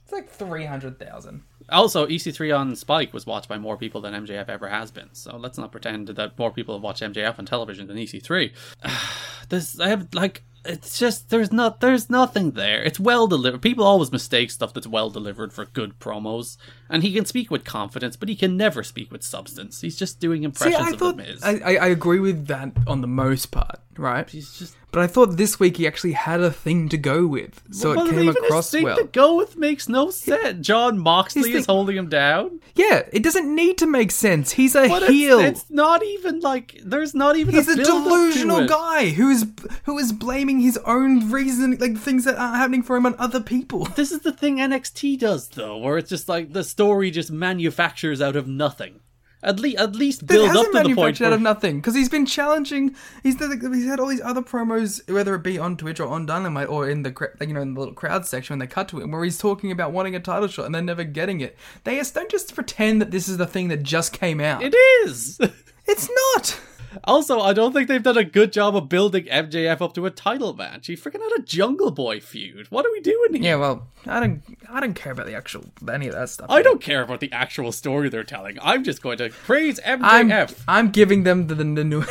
Speaker 1: It's like 300,000.
Speaker 2: also, EC3 on Spike was watched by more people than MJF ever has been. So let's not pretend that more people have watched MJF on television than E EC3. There's I have like it's just there's not there's nothing there. It's well delivered. People always mistake stuff that's well delivered for good promos. And he can speak with confidence, but he can never speak with substance. He's just doing
Speaker 1: See,
Speaker 2: impressions
Speaker 1: I
Speaker 2: of
Speaker 1: thought
Speaker 2: the Miz.
Speaker 1: I, I, I agree with that on the most part, right?
Speaker 2: He's just
Speaker 1: But I thought this week he actually had a thing to go with, so
Speaker 2: Well,
Speaker 1: it came
Speaker 2: even his
Speaker 1: across
Speaker 2: thing
Speaker 1: well.
Speaker 2: To go with makes no sense. John Moxley
Speaker 1: his
Speaker 2: is
Speaker 1: thing-
Speaker 2: holding him down.
Speaker 1: Yeah, it doesn't need to make sense. He's a
Speaker 2: But it's-
Speaker 1: heel.
Speaker 2: It's, not even like there's not even.
Speaker 1: He's a
Speaker 2: build-up to
Speaker 1: delusional
Speaker 2: it.
Speaker 1: guy who is who is blaming his own reason, like things that aren't happening for him on other people.
Speaker 2: This is the thing NXT does though, where it's just like the story just manufactures out of nothing. At least, at least
Speaker 1: It
Speaker 2: build up
Speaker 1: hasn't
Speaker 2: to the point
Speaker 1: manufactured
Speaker 2: where
Speaker 1: out of nothing because he's been challenging. He's the, he's had all these other promos, whether it be on Twitch or on Dynamite or in the cra- you know in the little crowd section when they cut to him, where he's talking about wanting a title shot and then never getting it. They just don't just pretend that this is the thing that just came out.
Speaker 2: it is.
Speaker 1: it's not.
Speaker 2: also, I don't think they've done a good job of building MJF up to a title match. He freaking had a Jungle Boy feud. What are we doing here?
Speaker 1: Yeah, well, I don't I don't care about the actual any of that stuff.
Speaker 2: I don't care about the actual story they're telling. I'm just going to praise MJF.
Speaker 1: I'm I'm giving them the, the, the new.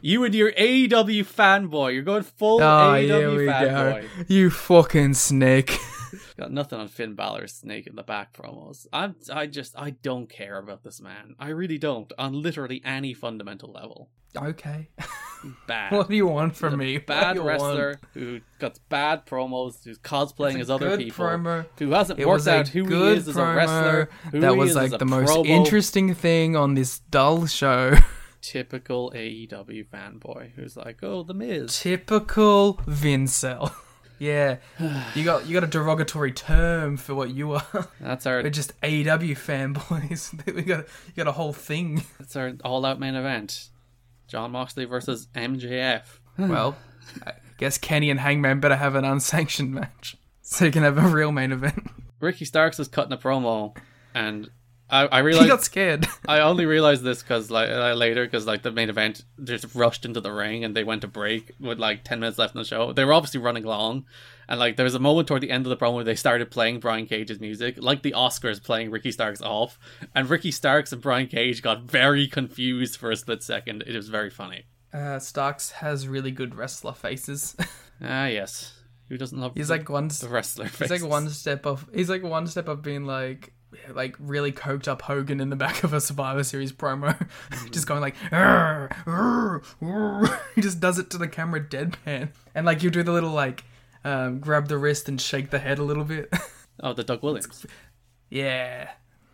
Speaker 2: You and your AEW fanboy. You're going full
Speaker 1: oh, here we
Speaker 2: AEW
Speaker 1: go.
Speaker 2: fanboy.
Speaker 1: You fucking snake.
Speaker 2: Got nothing on Finn Balor's snake in the back promos. I'm, I just, I don't care about this man. I really don't. On literally any fundamental level.
Speaker 1: okay.
Speaker 2: Bad.
Speaker 1: What do you want from me? What do
Speaker 2: Bad
Speaker 1: you want?
Speaker 2: wrestler who cuts bad promos, who's cosplaying
Speaker 1: It's
Speaker 2: as
Speaker 1: a
Speaker 2: other
Speaker 1: good
Speaker 2: people,
Speaker 1: promo.
Speaker 2: who hasn't
Speaker 1: It
Speaker 2: worked
Speaker 1: was a
Speaker 2: out who he
Speaker 1: good
Speaker 2: is as a
Speaker 1: promo.
Speaker 2: wrestler. who
Speaker 1: that
Speaker 2: he
Speaker 1: was
Speaker 2: is
Speaker 1: like
Speaker 2: as a
Speaker 1: the most
Speaker 2: promo.
Speaker 1: interesting thing on this dull show.
Speaker 2: Typical AEW fanboy who's like, oh, the Miz.
Speaker 1: Typical Vincel. Yeah, you got you got a derogatory term for what you are.
Speaker 2: That's our
Speaker 1: We're just AEW fanboys. we got you got a whole thing.
Speaker 2: That's our all out main event. John Moxley versus MJF.
Speaker 1: well, I guess Kenny and Hangman better have an unsanctioned match so you can have a real main event.
Speaker 2: Ricky Starks was cutting a promo, and I, I
Speaker 1: he
Speaker 2: realized
Speaker 1: got scared.
Speaker 2: I only realized this because like uh, later because like the main event just rushed into the ring and they went to break with like ten minutes left in the show. They were obviously running long, and like there was a moment toward the end of the promo where they started playing Brian Cage's music, like the Oscars playing Ricky Starks off, and Ricky Starks and Brian Cage got very confused for a split second. It was very funny.
Speaker 1: Uh, Starks has really good wrestler faces.
Speaker 2: Ah yes, who doesn't love?
Speaker 1: He's
Speaker 2: the-
Speaker 1: like one.
Speaker 2: the wrestler. Face.
Speaker 1: He's like one step off. He's like one step of being like, like really coked up Hogan in the back of a Survivor Series promo, just going like, "Arr, arr, arr." he just does it to the camera deadpan, and like you do the little like, um, grab the wrist and shake the head a little bit.
Speaker 2: Oh, the Doug Williams.
Speaker 1: yeah,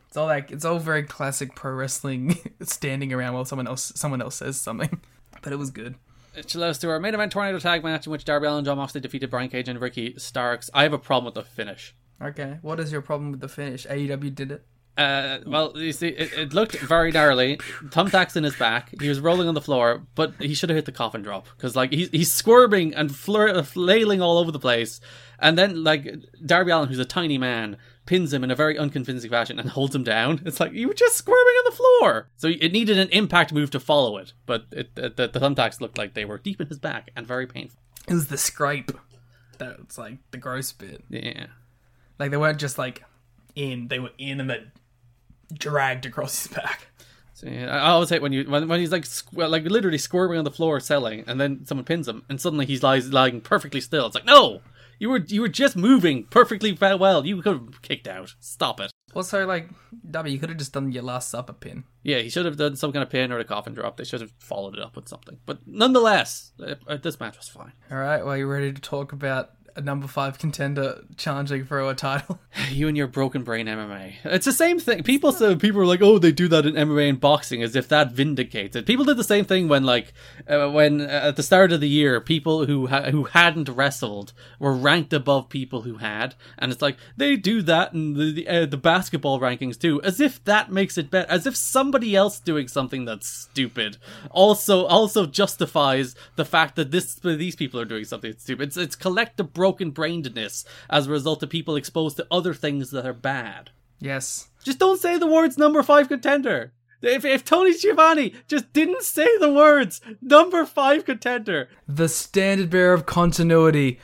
Speaker 1: it's all like it's all very classic pro wrestling, standing around while someone else someone else says something, but it was good.
Speaker 2: Which led us to our main event tornado tag match in which Darby Allin and John Moxley defeated Brian Cage and Ricky Starks. I have a problem with the finish.
Speaker 1: Okay, what is your problem with the finish? AEW did it.
Speaker 2: Uh, well, you see, it, it looked very gnarly. Thumbtacks in his back. He was rolling on the floor, but he should have hit the coffin drop because, like, he's he's squirming and flur- uh, flailing all over the place. And then, like, Darby Allen, who's a tiny man, pins him in a very unconvincing fashion and holds him down. It's like you were just squirming on the floor. So it needed an impact move to follow it, but it, it, the, the thumbtacks looked like they were deep in his back and very painful.
Speaker 1: It was the scrape. That's like the gross bit.
Speaker 2: Yeah.
Speaker 1: Like they weren't just like in; they were in and then dragged across his back.
Speaker 2: So, yeah, I I always hate when you when, when he's like squ- like literally squirming on the floor selling, and then someone pins him, and suddenly he's lies lying perfectly still. It's like no, you were you were just moving perfectly ve- well. You could have kicked out. Stop it.
Speaker 1: Also, like Darby, you could have just done your Last Supper pin.
Speaker 2: Yeah, he should have done some kind of pin or a coffin drop. They should have followed it up with something. But nonetheless, uh, uh, this match was fine.
Speaker 1: All right, well, you ready to talk about a number five contender challenging for a title?
Speaker 2: You and your broken brain MMA. It's the same thing. People say people are like, oh, they do that in MMA and boxing, as if that vindicates it. People did the same thing when, like, uh, when uh, at the start of the year, people who ha- who hadn't wrestled were ranked above people who had, and it's like they do that in the the, uh, the basketball rankings too, as if that makes it better. As if somebody else doing something that's stupid also also justifies the fact that this these people are doing something stupid. It's it's collective broken brainedness as a result of people exposed to other things that are bad.
Speaker 1: yes.
Speaker 2: Just don't say the words number five contender. If, if Tony Giovanni just didn't say the words number five contender,
Speaker 1: The standard bearer of continuity,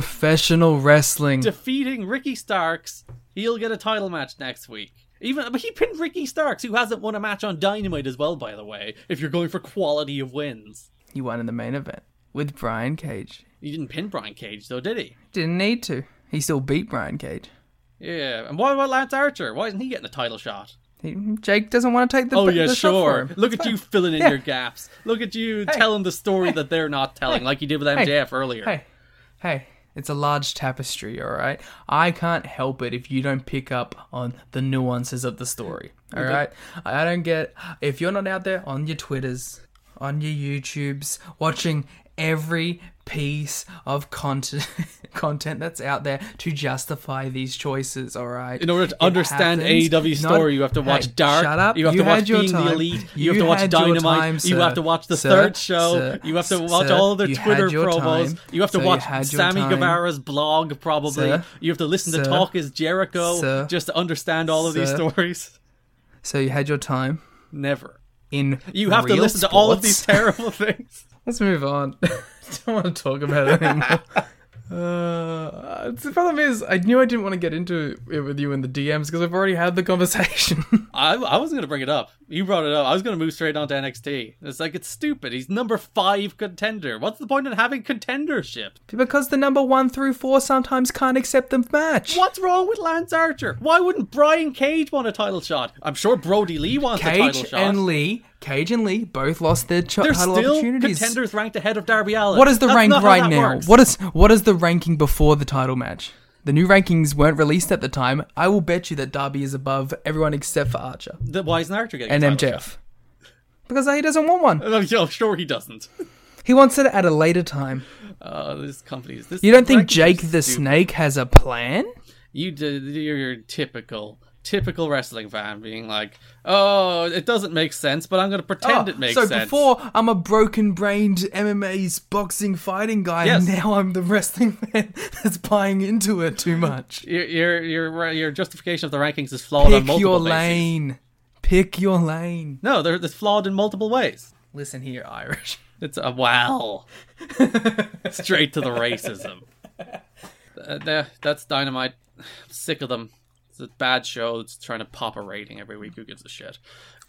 Speaker 1: professional wrestling.
Speaker 2: defeating Ricky Starks, he'll get a title match next week. Even but he pinned Ricky Starks, who hasn't won a match on Dynamite as well, by the way. If you're going for quality of wins,
Speaker 1: he won in the main event with Brian Cage.
Speaker 2: he didn't pin Brian Cage though, did he?
Speaker 1: Didn't need to. He still beat Brian Cage.
Speaker 2: Yeah. And what about Lance Archer? Why isn't he getting a title shot?
Speaker 1: He, Jake doesn't want to take the
Speaker 2: Oh
Speaker 1: the
Speaker 2: yeah,
Speaker 1: shot for
Speaker 2: sure.
Speaker 1: him.
Speaker 2: Look
Speaker 1: It's
Speaker 2: at
Speaker 1: fine.
Speaker 2: you filling in
Speaker 1: Yeah.
Speaker 2: your gaps. Look at you telling the story that they're not telling, like you did with MJF earlier.
Speaker 1: Hey, hey, it's a large tapestry, all right? I can't help it if you don't pick up on the nuances of the story, all right? I don't get if you're not out there on your Twitters, on your YouTubes, watching every piece of content content that's out there to justify these choices, all right?
Speaker 2: In order to understand AEW's story, you have to watch Dark.
Speaker 1: Shut up.
Speaker 2: You have to watch
Speaker 1: had your
Speaker 2: Being the
Speaker 1: time.
Speaker 2: Elite. You, have to watch
Speaker 1: had your
Speaker 2: Dynamite.
Speaker 1: time,
Speaker 2: you have
Speaker 1: sir.
Speaker 2: to watch the
Speaker 1: Sir,
Speaker 2: Third Show.
Speaker 1: sir,
Speaker 2: you have to watch
Speaker 1: sir,
Speaker 2: all their
Speaker 1: you had
Speaker 2: Twitter
Speaker 1: your
Speaker 2: promos.
Speaker 1: time.
Speaker 2: you have to
Speaker 1: Sir,
Speaker 2: watch
Speaker 1: had your
Speaker 2: Sammy
Speaker 1: time.
Speaker 2: Guevara's blog, probably.
Speaker 1: Sir,
Speaker 2: you have to listen to
Speaker 1: sir,
Speaker 2: Talk is Jericho
Speaker 1: sir,
Speaker 2: just to understand all of these
Speaker 1: sir.
Speaker 2: stories.
Speaker 1: So you had your time
Speaker 2: Never.
Speaker 1: in
Speaker 2: You have to
Speaker 1: real
Speaker 2: listen to all of
Speaker 1: sports.
Speaker 2: these terrible things.
Speaker 1: Let's move on. I don't want to talk about it anymore. Uh, the problem is, I knew I didn't want to get into it with you in the DMs because I've already had the conversation.
Speaker 2: I, I wasn't going to bring it up. You brought it up. I was going to move straight on to NXT. It's like, it's stupid. He's number five contender. What's the point in having contendership?
Speaker 1: because the number one through four sometimes can't accept the match.
Speaker 2: What's wrong with Lance Archer? Why wouldn't Brian Cage want a title shot? I'm sure Brody Lee wants a title
Speaker 1: Cage
Speaker 2: shot.
Speaker 1: and Lee, Cage and Lee both lost their ch-
Speaker 2: They're
Speaker 1: title
Speaker 2: still
Speaker 1: opportunities.
Speaker 2: contenders ranked ahead of Darby Allin.
Speaker 1: What is the
Speaker 2: That's
Speaker 1: rank
Speaker 2: not how
Speaker 1: right
Speaker 2: that
Speaker 1: now?
Speaker 2: works.
Speaker 1: What is what is the ranking before the title match? The new rankings weren't released at the time. I will bet you that Darby is above everyone except for Archer
Speaker 2: The- why isn't Archer getting
Speaker 1: and
Speaker 2: a title
Speaker 1: MJF because he doesn't want one.
Speaker 2: shot? I'm sure he doesn't.
Speaker 1: He wants it at a later time.
Speaker 2: Uh, this company is this.
Speaker 1: You don't think
Speaker 2: rankings are
Speaker 1: Jake the
Speaker 2: stupid.
Speaker 1: Snake has a plan?
Speaker 2: you d- you're your typical typical wrestling fan being like oh it doesn't make sense but i'm going to pretend
Speaker 1: Oh,
Speaker 2: it makes
Speaker 1: so
Speaker 2: sense
Speaker 1: before I'm a broken-brained MMA's boxing fighting guy,
Speaker 2: Yes.
Speaker 1: and now I'm the wrestling fan that's buying into it too much.
Speaker 2: your your your, your justification of the rankings is flawed on
Speaker 1: Pick
Speaker 2: multiple
Speaker 1: your
Speaker 2: bases.
Speaker 1: lane. Pick your lane.
Speaker 2: no they're, they flawed in multiple ways
Speaker 1: Listen here, Irish.
Speaker 2: it's a wow straight to the racism Uh, there- that's dynamite I'm sick of them it's a bad show that's trying to pop a rating every week who gives a shit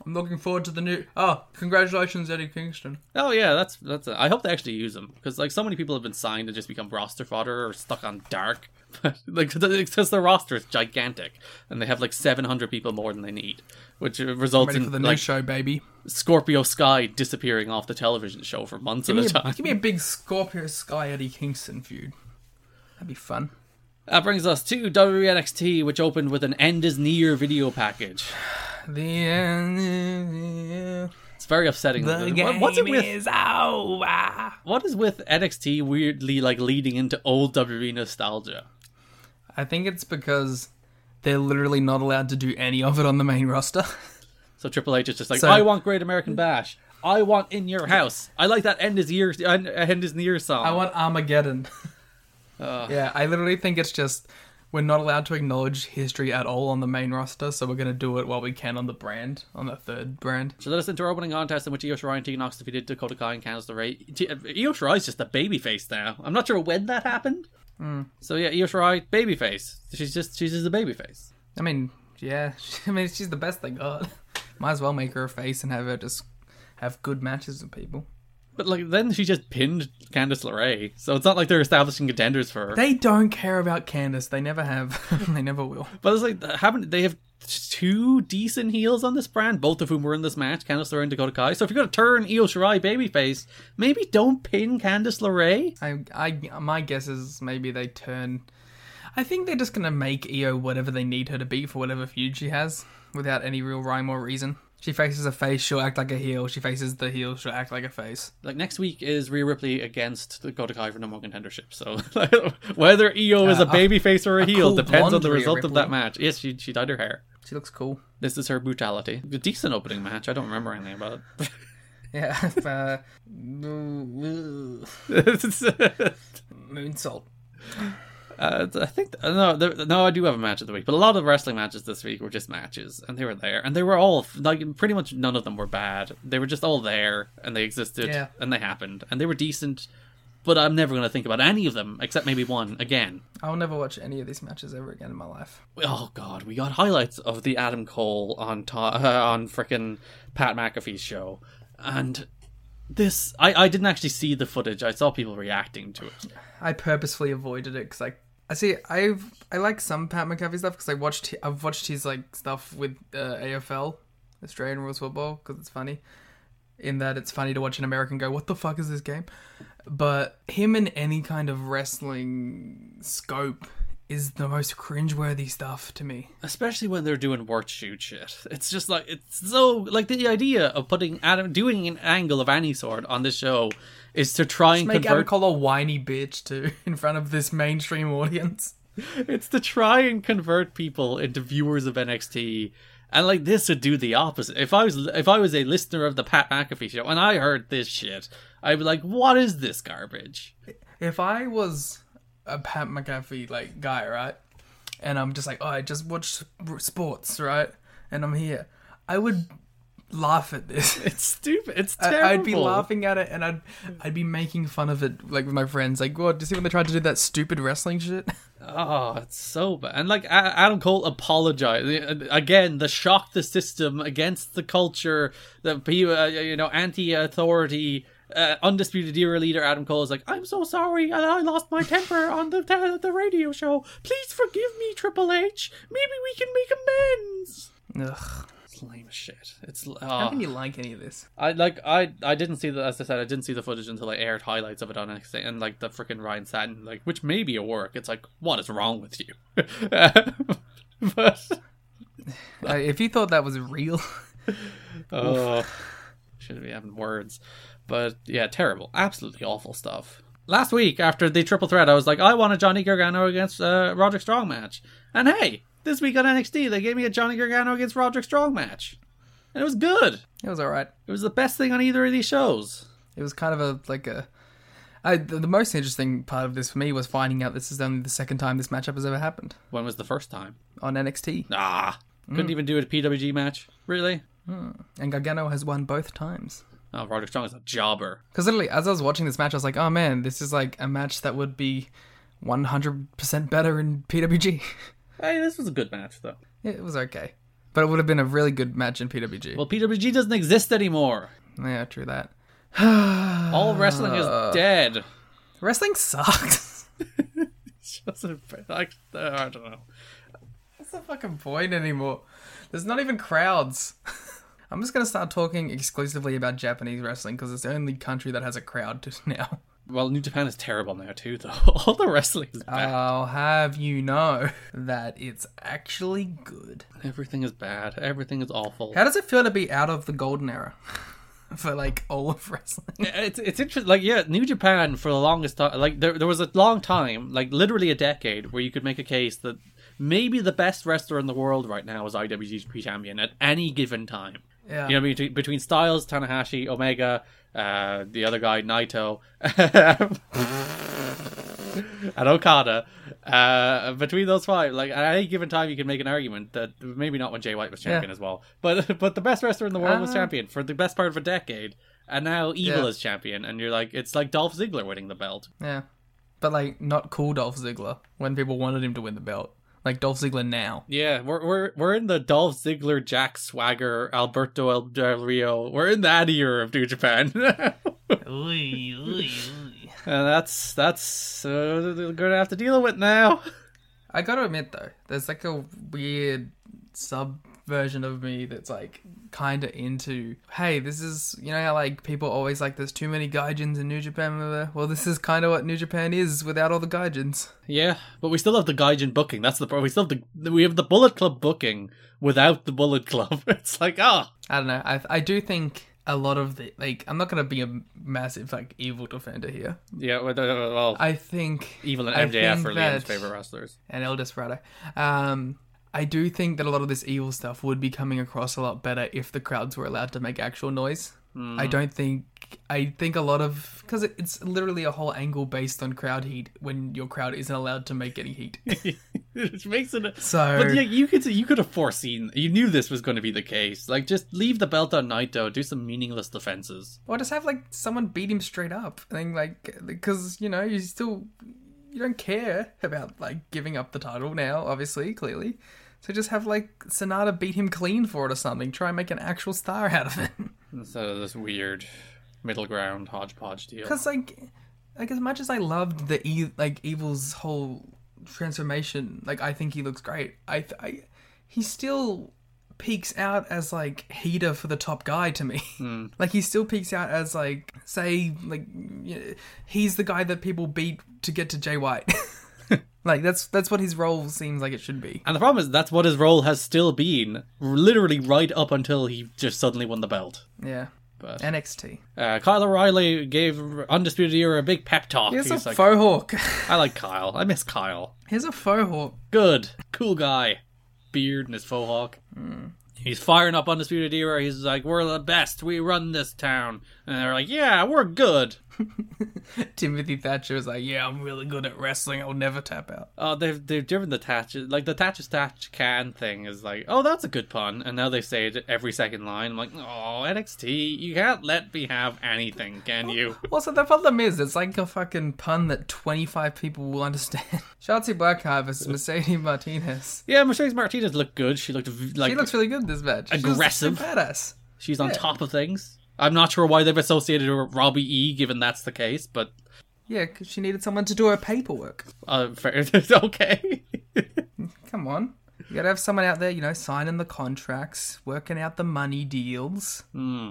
Speaker 1: I'm looking forward to the new. Oh, congratulations, Eddie Kingston.
Speaker 2: Oh yeah, that's that's. I hope they actually use them because like so many people have been signed and just become roster fodder or stuck on dark. like because their roster is gigantic and they have like seven hundred people more than they need, which uh, results
Speaker 1: Ready for
Speaker 2: in
Speaker 1: the new
Speaker 2: like
Speaker 1: show, baby.
Speaker 2: Scorpio Sky disappearing off the television show for months at
Speaker 1: Give
Speaker 2: a
Speaker 1: me a,
Speaker 2: time.
Speaker 1: give me a big Scorpio Sky Eddie Kingston feud. That'd be fun.
Speaker 2: That Uh, brings us to WNXT, which opened with an end is near video package.
Speaker 1: The end. Is near.
Speaker 2: It's very upsetting.
Speaker 1: The
Speaker 2: What-
Speaker 1: game
Speaker 2: what's it with?
Speaker 1: is over.
Speaker 2: What is with NXT weirdly like leading into old WWE nostalgia?
Speaker 1: I think it's because they're literally not allowed to do any of it on the main roster.
Speaker 2: So Triple H is just like,
Speaker 1: So-
Speaker 2: I want Great American Bash. I want In Your House. I like that End Is Year End End Is Near song.
Speaker 1: I want Armageddon. Yeah, I literally think it's just we're not allowed to acknowledge history at all on the main roster, so we're gonna do it while we can on the brand, on the third brand.
Speaker 2: So that is into our opening contest in which Io Shirai and Tegan Knox defeated Dakota Kai and Candice LeRae. T- uh, Io Shirai's just a babyface now. I'm not sure when that happened.
Speaker 1: Hmm.
Speaker 2: So yeah, Io Shirai, babyface. She's just she's just a babyface.
Speaker 1: I mean, yeah, I mean she's the best they got. Might as well make her a face and have her just have good matches with people.
Speaker 2: But like then she just pinned Candice LeRae. So it's not like they're establishing contenders for her.
Speaker 1: They don't care about Candace. They never have. they never will.
Speaker 2: but it's like haven't they have two decent heels on this brand, both of whom were in this match, Candice LeRae and Dakota Kai. So if you're gonna turn Io Shirai babyface, maybe don't pin Candice LeRae.
Speaker 1: I, I, my guess is maybe they turn. I think they're just gonna make Io whatever they need her to be for whatever feud she has, without any real rhyme or reason. She faces a face, she'll act like a heel. She faces the heel, she'll act like a face.
Speaker 2: Like next week is Rhea Ripley against Dakota Kai for no more contendership. So whether Io is a
Speaker 1: Uh, a-
Speaker 2: babyface or a, heel
Speaker 1: cool
Speaker 2: depends on
Speaker 1: blonde
Speaker 2: the
Speaker 1: Rhea
Speaker 2: result of that
Speaker 1: Ripley.
Speaker 2: match. Yes, she she dyed her hair.
Speaker 1: She looks cool.
Speaker 2: This is her brutality. A decent opening match. I don't remember anything about it.
Speaker 1: Yeah. uh, moonsault.
Speaker 2: Uh, I think no, there, no, I do have a match of the week, but a lot of wrestling matches this week were just matches, and they were there, and they were all like pretty much none of them were bad. They were just all there, and they existed,
Speaker 1: Yeah.
Speaker 2: and they happened, and they were decent. But I'm never going to think about any of them except maybe one again.
Speaker 1: I'll never watch any of these matches ever again in my life.
Speaker 2: Oh god, we got highlights of the Adam Cole on to- uh, on frickin' Pat McAfee's show, and this I I didn't actually see the footage. I saw people reacting to it.
Speaker 1: I purposefully avoided it because like I see I've I like some Pat McAfee stuff because I watched hi- I've watched his like stuff with uh, AFL Australian Rules Football because it's funny. In that it's funny to watch an American go, "What the fuck is this game?" But him in any kind of wrestling scope is the most cringeworthy stuff to me.
Speaker 2: especially when they're doing work shoot shit. It's just like it's so like the idea of putting Adam doing an angle of any sort on this show is to try and
Speaker 1: Make Adam
Speaker 2: convert.
Speaker 1: Cole a whiny bitch too in front of this mainstream audience.
Speaker 2: It's to try and convert people into viewers of NXT. And like this would do the opposite. If I was if I was a listener of the Pat McAfee show and I heard this shit, I'd be like, "What is this garbage?"
Speaker 1: if I was a Pat McAfee like guy, right, and I'm just like, oh, I just watch r- sports, right, and I'm here, I would laugh at this.
Speaker 2: It's stupid. It's terrible.
Speaker 1: I- I'd be laughing at it, and I'd I'd be making fun of it, like with my friends. Like, what? Do you see when they tried to do that stupid wrestling shit?
Speaker 2: Oh, it's so bad. And like A- Adam Cole apologized again. The shock, the system against the culture, the pe- uh, you know anti-authority, uh, undisputed era leader Adam Cole is like, I'm so sorry, I, I lost my temper on the te- the radio show. Please forgive me, Triple H. Maybe we can make amends.
Speaker 1: Ugh.
Speaker 2: It's lame as shit. It's oh.
Speaker 1: How can you like any of this?
Speaker 2: I like I I didn't see the as I said I didn't see the footage until I aired highlights of it on NXT and like the freaking Ryan Satin like which may be a work. It's like what is wrong with you? but
Speaker 1: Uh, if you thought that was real,
Speaker 2: oh, shouldn't be having words. But yeah, terrible, absolutely awful stuff. Last week after the triple threat, I was like, I want a Johnny Gargano against uh, Roderick Strong match, and hey, this week on NXT they gave me a Johnny Gargano against Roderick Strong match, and it was good.
Speaker 1: it was all right.
Speaker 2: It was the best thing on either of these shows.
Speaker 1: It was kind of a like a. I, the, the most interesting part of this for me was finding out this is only the second time this matchup has ever happened
Speaker 2: When was the first time?
Speaker 1: on NXT.
Speaker 2: Ah, couldn't even do a PWG match. Really?
Speaker 1: And Gargano has won both times.
Speaker 2: Oh, Roderick Strong is a jobber.
Speaker 1: Because literally, as I was watching this match, I was like, oh man, this is like a match that would be 100% better in PWG.
Speaker 2: Hey, this was a good match though.
Speaker 1: it was okay. But it would have been a really good match in PWG.
Speaker 2: Well, PWG doesn't exist anymore.
Speaker 1: yeah, true that.
Speaker 2: All wrestling is dead.
Speaker 1: Wrestling sucks.
Speaker 2: It's just a- Like, uh, I don't know.
Speaker 1: What's the fucking point anymore? There's not even crowds. I'm just going to start talking exclusively about Japanese wrestling because it's the only country that has a crowd to now.
Speaker 2: Well, New Japan is terrible now too, though. All the wrestling is bad.
Speaker 1: I'll have you know that it's actually good.
Speaker 2: Everything is bad. Everything is awful.
Speaker 1: How does it feel to be out of the golden era? for like all of wrestling.
Speaker 2: It's it's interesting. Like yeah, New Japan for the longest time, like there there was a long time, like literally a decade, where you could make a case that maybe the best wrestler in the world right now is IWGP champion at any given time.
Speaker 1: Yeah.
Speaker 2: You know, between, between Styles, Tanahashi, Omega, uh, the other guy Naito, and Okada. Uh, between those five, like at any given time, you can make an argument that maybe not when Jay White was champion
Speaker 1: Yeah.
Speaker 2: as well, but but the best wrestler in the world was
Speaker 1: Uh,
Speaker 2: champion for the best part of a decade, and now Evil
Speaker 1: Yeah.
Speaker 2: is champion, and you're like, it's like Dolph Ziggler winning the belt.
Speaker 1: Yeah. But like not cool Dolph Ziggler when people wanted him to win the belt. Like Dolph Ziggler now.
Speaker 2: Yeah, we're we're we're in the Dolph Ziggler, Jack Swagger, Alberto El Del Rio. We're in that era of New Japan. And that's that's uh, they're gonna have to deal with now.
Speaker 1: I gotta admit though, there's like a weird sub version of me that's like kinda into hey, this is you know how like people always like there's too many gaijins in New Japan. blah, blah, blah. Well, this is kinda what New Japan is without all the gaijins.
Speaker 2: Yeah, but we still have the Gaijin booking. That's the problem. We still have the we have the Bullet Club booking without the Bullet Club. It's like ah,
Speaker 1: I don't know. I I do think a lot of the like I'm not gonna be a massive like evil defender here.
Speaker 2: yeah. Well, uh, well
Speaker 1: I think
Speaker 2: evil
Speaker 1: I
Speaker 2: and MJF
Speaker 1: think
Speaker 2: are Liam's
Speaker 1: that-
Speaker 2: favorite wrestlers.
Speaker 1: and El Desperado. Um, I do think that a lot of this evil stuff would be coming across a lot better if the crowds were allowed to make actual noise.
Speaker 2: Hmm.
Speaker 1: I don't think. I think a lot of because it, it's literally a whole angle based on crowd heat when your crowd isn't allowed to make any heat.
Speaker 2: Which makes it. A,
Speaker 1: So
Speaker 2: but yeah, you could you could have foreseen. You knew this was going to be the case. Like, just leave the belt on Naito. Do some meaningless defenses.
Speaker 1: or just have like someone beat him straight up and then, like because you know you still you don't care about like giving up the title now obviously clearly so just have like sonata beat him clean for it or something try and make an actual star out of it
Speaker 2: Instead of this weird middle ground hodgepodge deal.
Speaker 1: because like like as much as i loved the e- like evil's whole transformation like i think he looks great i, th- I he still peaks out as like heater for the top guy to me
Speaker 2: Hmm.
Speaker 1: like he still peaks out as like say like you know, he's the guy that people beat to get to jay white like that's that's what his role seems like it should be
Speaker 2: And the problem is that's what his role has still been, literally right up until he just suddenly won the belt.
Speaker 1: yeah
Speaker 2: But-
Speaker 1: nxt
Speaker 2: Uh, Kyle O'Reilly gave Undisputed Era a big pep talk.
Speaker 1: here's
Speaker 2: He's
Speaker 1: a
Speaker 2: like,
Speaker 1: faux hawk
Speaker 2: I like Kyle. I miss Kyle.
Speaker 1: here's a faux hawk
Speaker 2: Good, cool guy, beard and his faux hawk. He's firing up Undisputed Era. He's like, "We're the best. We run this town." And they're like, "Yeah, we're good."
Speaker 1: timothy thatcher was like yeah i'm really good at wrestling i'll never tap out
Speaker 2: Oh, they've they've driven the Tatch like the Tatch Tatch can thing is like, oh, that's a good pun, and now they say it every second line. I'm like, oh, NXT, you can't let me have anything, can you?
Speaker 1: Also, the problem is, it's like a fucking pun that 25 people will understand. Shotzi Blackheart versus Mercedes Martinez.
Speaker 2: yeah, Mercedes Martinez looked good. She looked v- like
Speaker 1: She looks really good this match. She's
Speaker 2: Aggressive.
Speaker 1: a badass.
Speaker 2: she's on top of things. I'm not sure why they've associated her with Robbie E, given that's the case, but
Speaker 1: Yeah, 'cause she needed someone to do her paperwork.
Speaker 2: uh, fair, okay.
Speaker 1: Come on. You gotta have someone out there, you know, signing the contracts, working out the money deals.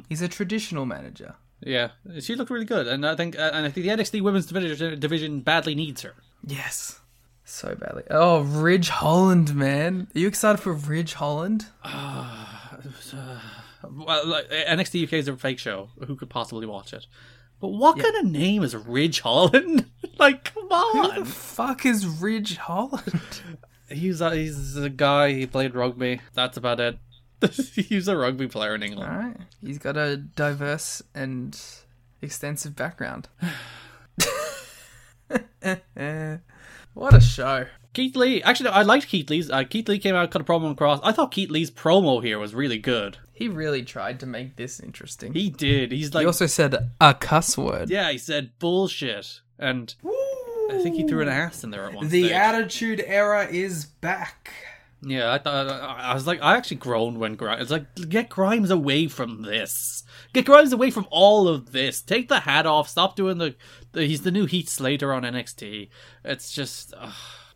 Speaker 1: He's a traditional manager.
Speaker 2: yeah, she looked really good, and I think uh, and I think the NXT Women's Division division badly needs her.
Speaker 1: Yes. So badly. Oh, Ridge Holland, man. Are you excited for Ridge Holland?
Speaker 2: well, like, uh, NXT UK is a fake show. Who could possibly watch it? But what kind of name is Ridge Holland? like, come on.
Speaker 1: Fuck is Ridge Holland?
Speaker 2: He's a, he's a guy. He played rugby. That's about it. he's a rugby player in England.
Speaker 1: All right. He's got a diverse and extensive background. what a show.
Speaker 2: Keith Lee. Actually, no, I liked Keith Lee's. Uh, Keith Lee came out, cut a promo across. I thought Keith Lee's promo here was really good.
Speaker 1: He really tried to make this interesting. He,
Speaker 2: He did. He's like,
Speaker 1: also said a cuss word.
Speaker 2: yeah, he said bullshit, and I think he threw an ass in there at one stage.
Speaker 1: Attitude Era is back.
Speaker 2: Yeah, I thought I I was like, I actually groaned when Grimes. It's like, get Grimes away from this. Get Grimes away from all of this. Take the hat off. Stop doing the. the he's the new Heat Slater on NXT. It's just, ugh.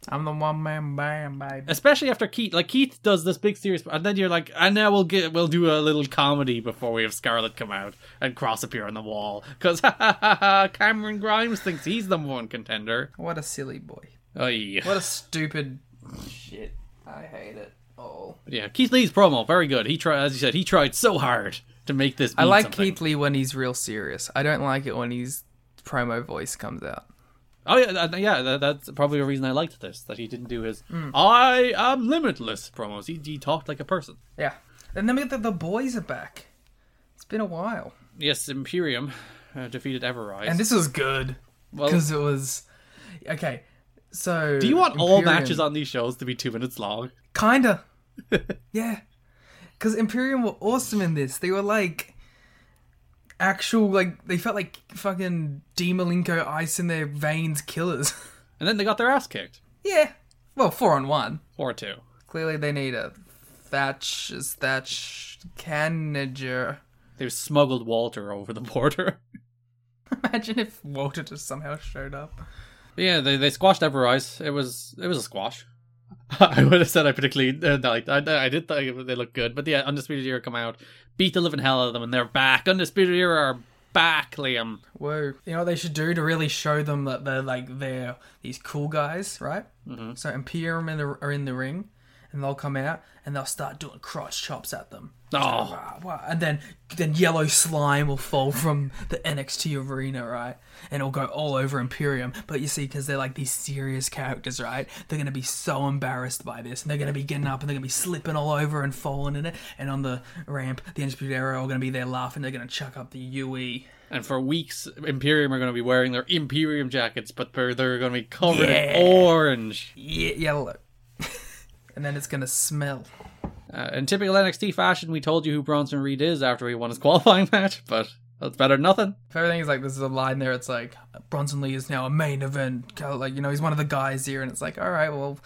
Speaker 1: I'm the one man band, baby.
Speaker 2: especially after Keith. Like Keith does this big serious, and then you're like, and now we'll get we'll do a little comedy before we have Scarlett come out and cross appear on the wall because Cameron Grimes thinks he's the number one contender.
Speaker 1: What a silly boy.
Speaker 2: Oy.
Speaker 1: What a stupid shit. I hate it all.
Speaker 2: Yeah, Keith Lee's promo very good. He tried, as you said, he tried so hard to make this.
Speaker 1: I
Speaker 2: mean
Speaker 1: like
Speaker 2: something.
Speaker 1: Keith Lee when he's real serious. I don't like it when his promo voice comes out.
Speaker 2: Oh yeah, that, yeah. That, that's probably a reason I liked this that he didn't do his
Speaker 1: Hmm.
Speaker 2: "I am limitless" promos. He, he talked like a person.
Speaker 1: Yeah. And then we get that the boys are back. It's been a while.
Speaker 2: Yes, Imperium uh, defeated Everrise.
Speaker 1: And this was good.
Speaker 2: Well-
Speaker 1: Because it was. Okay. So.
Speaker 2: do you want all matches on these shows to be two minutes long?
Speaker 1: Kinda. yeah. Because Imperium were awesome in this. They were like. Actual, like, they felt like fucking D. Malenko ice in their veins killers.
Speaker 2: And then they got their ass kicked.
Speaker 1: yeah. Well, four on one.
Speaker 2: Four two.
Speaker 1: Clearly they need a Thatch. Is Thatch. Canager.
Speaker 2: They've smuggled Walter over the border.
Speaker 1: Imagine if Walter just somehow showed up.
Speaker 2: But yeah, they, they squashed Everrise. It was it was a squash. I would have said I particularly uh, like I, I did think they looked good, but yeah, Undisputed Era come out, beat the living hell out of them, and they're back. Undisputed Era are back, Liam.
Speaker 1: Whoa. You know what they should do to really show them that they're like they're these cool guys, right? Mm-hmm. So Imperium in the, are in the ring, and they'll come out and they'll start doing crotch chops at them.
Speaker 2: Oh,
Speaker 1: Wah, wah. And then then yellow slime will fall from the NXT arena, right? And it'll go all over Imperium. But you see, because they're like these serious characters, right? They're gonna be so embarrassed by this, and they're gonna be getting up and they're gonna be slipping all over and falling in it. And on the ramp, the Undisputed Era are all gonna be there laughing. They're gonna chuck up the E. UE.
Speaker 2: and for weeks, Imperium are going to be wearing their Imperium jackets, but they're, they're going to be covered
Speaker 1: Yeah.
Speaker 2: in orange.
Speaker 1: Ye yellow. and then it's gonna smell.
Speaker 2: Uh, in typical NXT fashion, we told you who Bronson Reed is after he won his qualifying match, but that's better than nothing.
Speaker 1: If everything is like there's a line there, it's like Bronson Lee is now a main event. kind of Like you know, he's one of the guys here, and it's like, all right, well,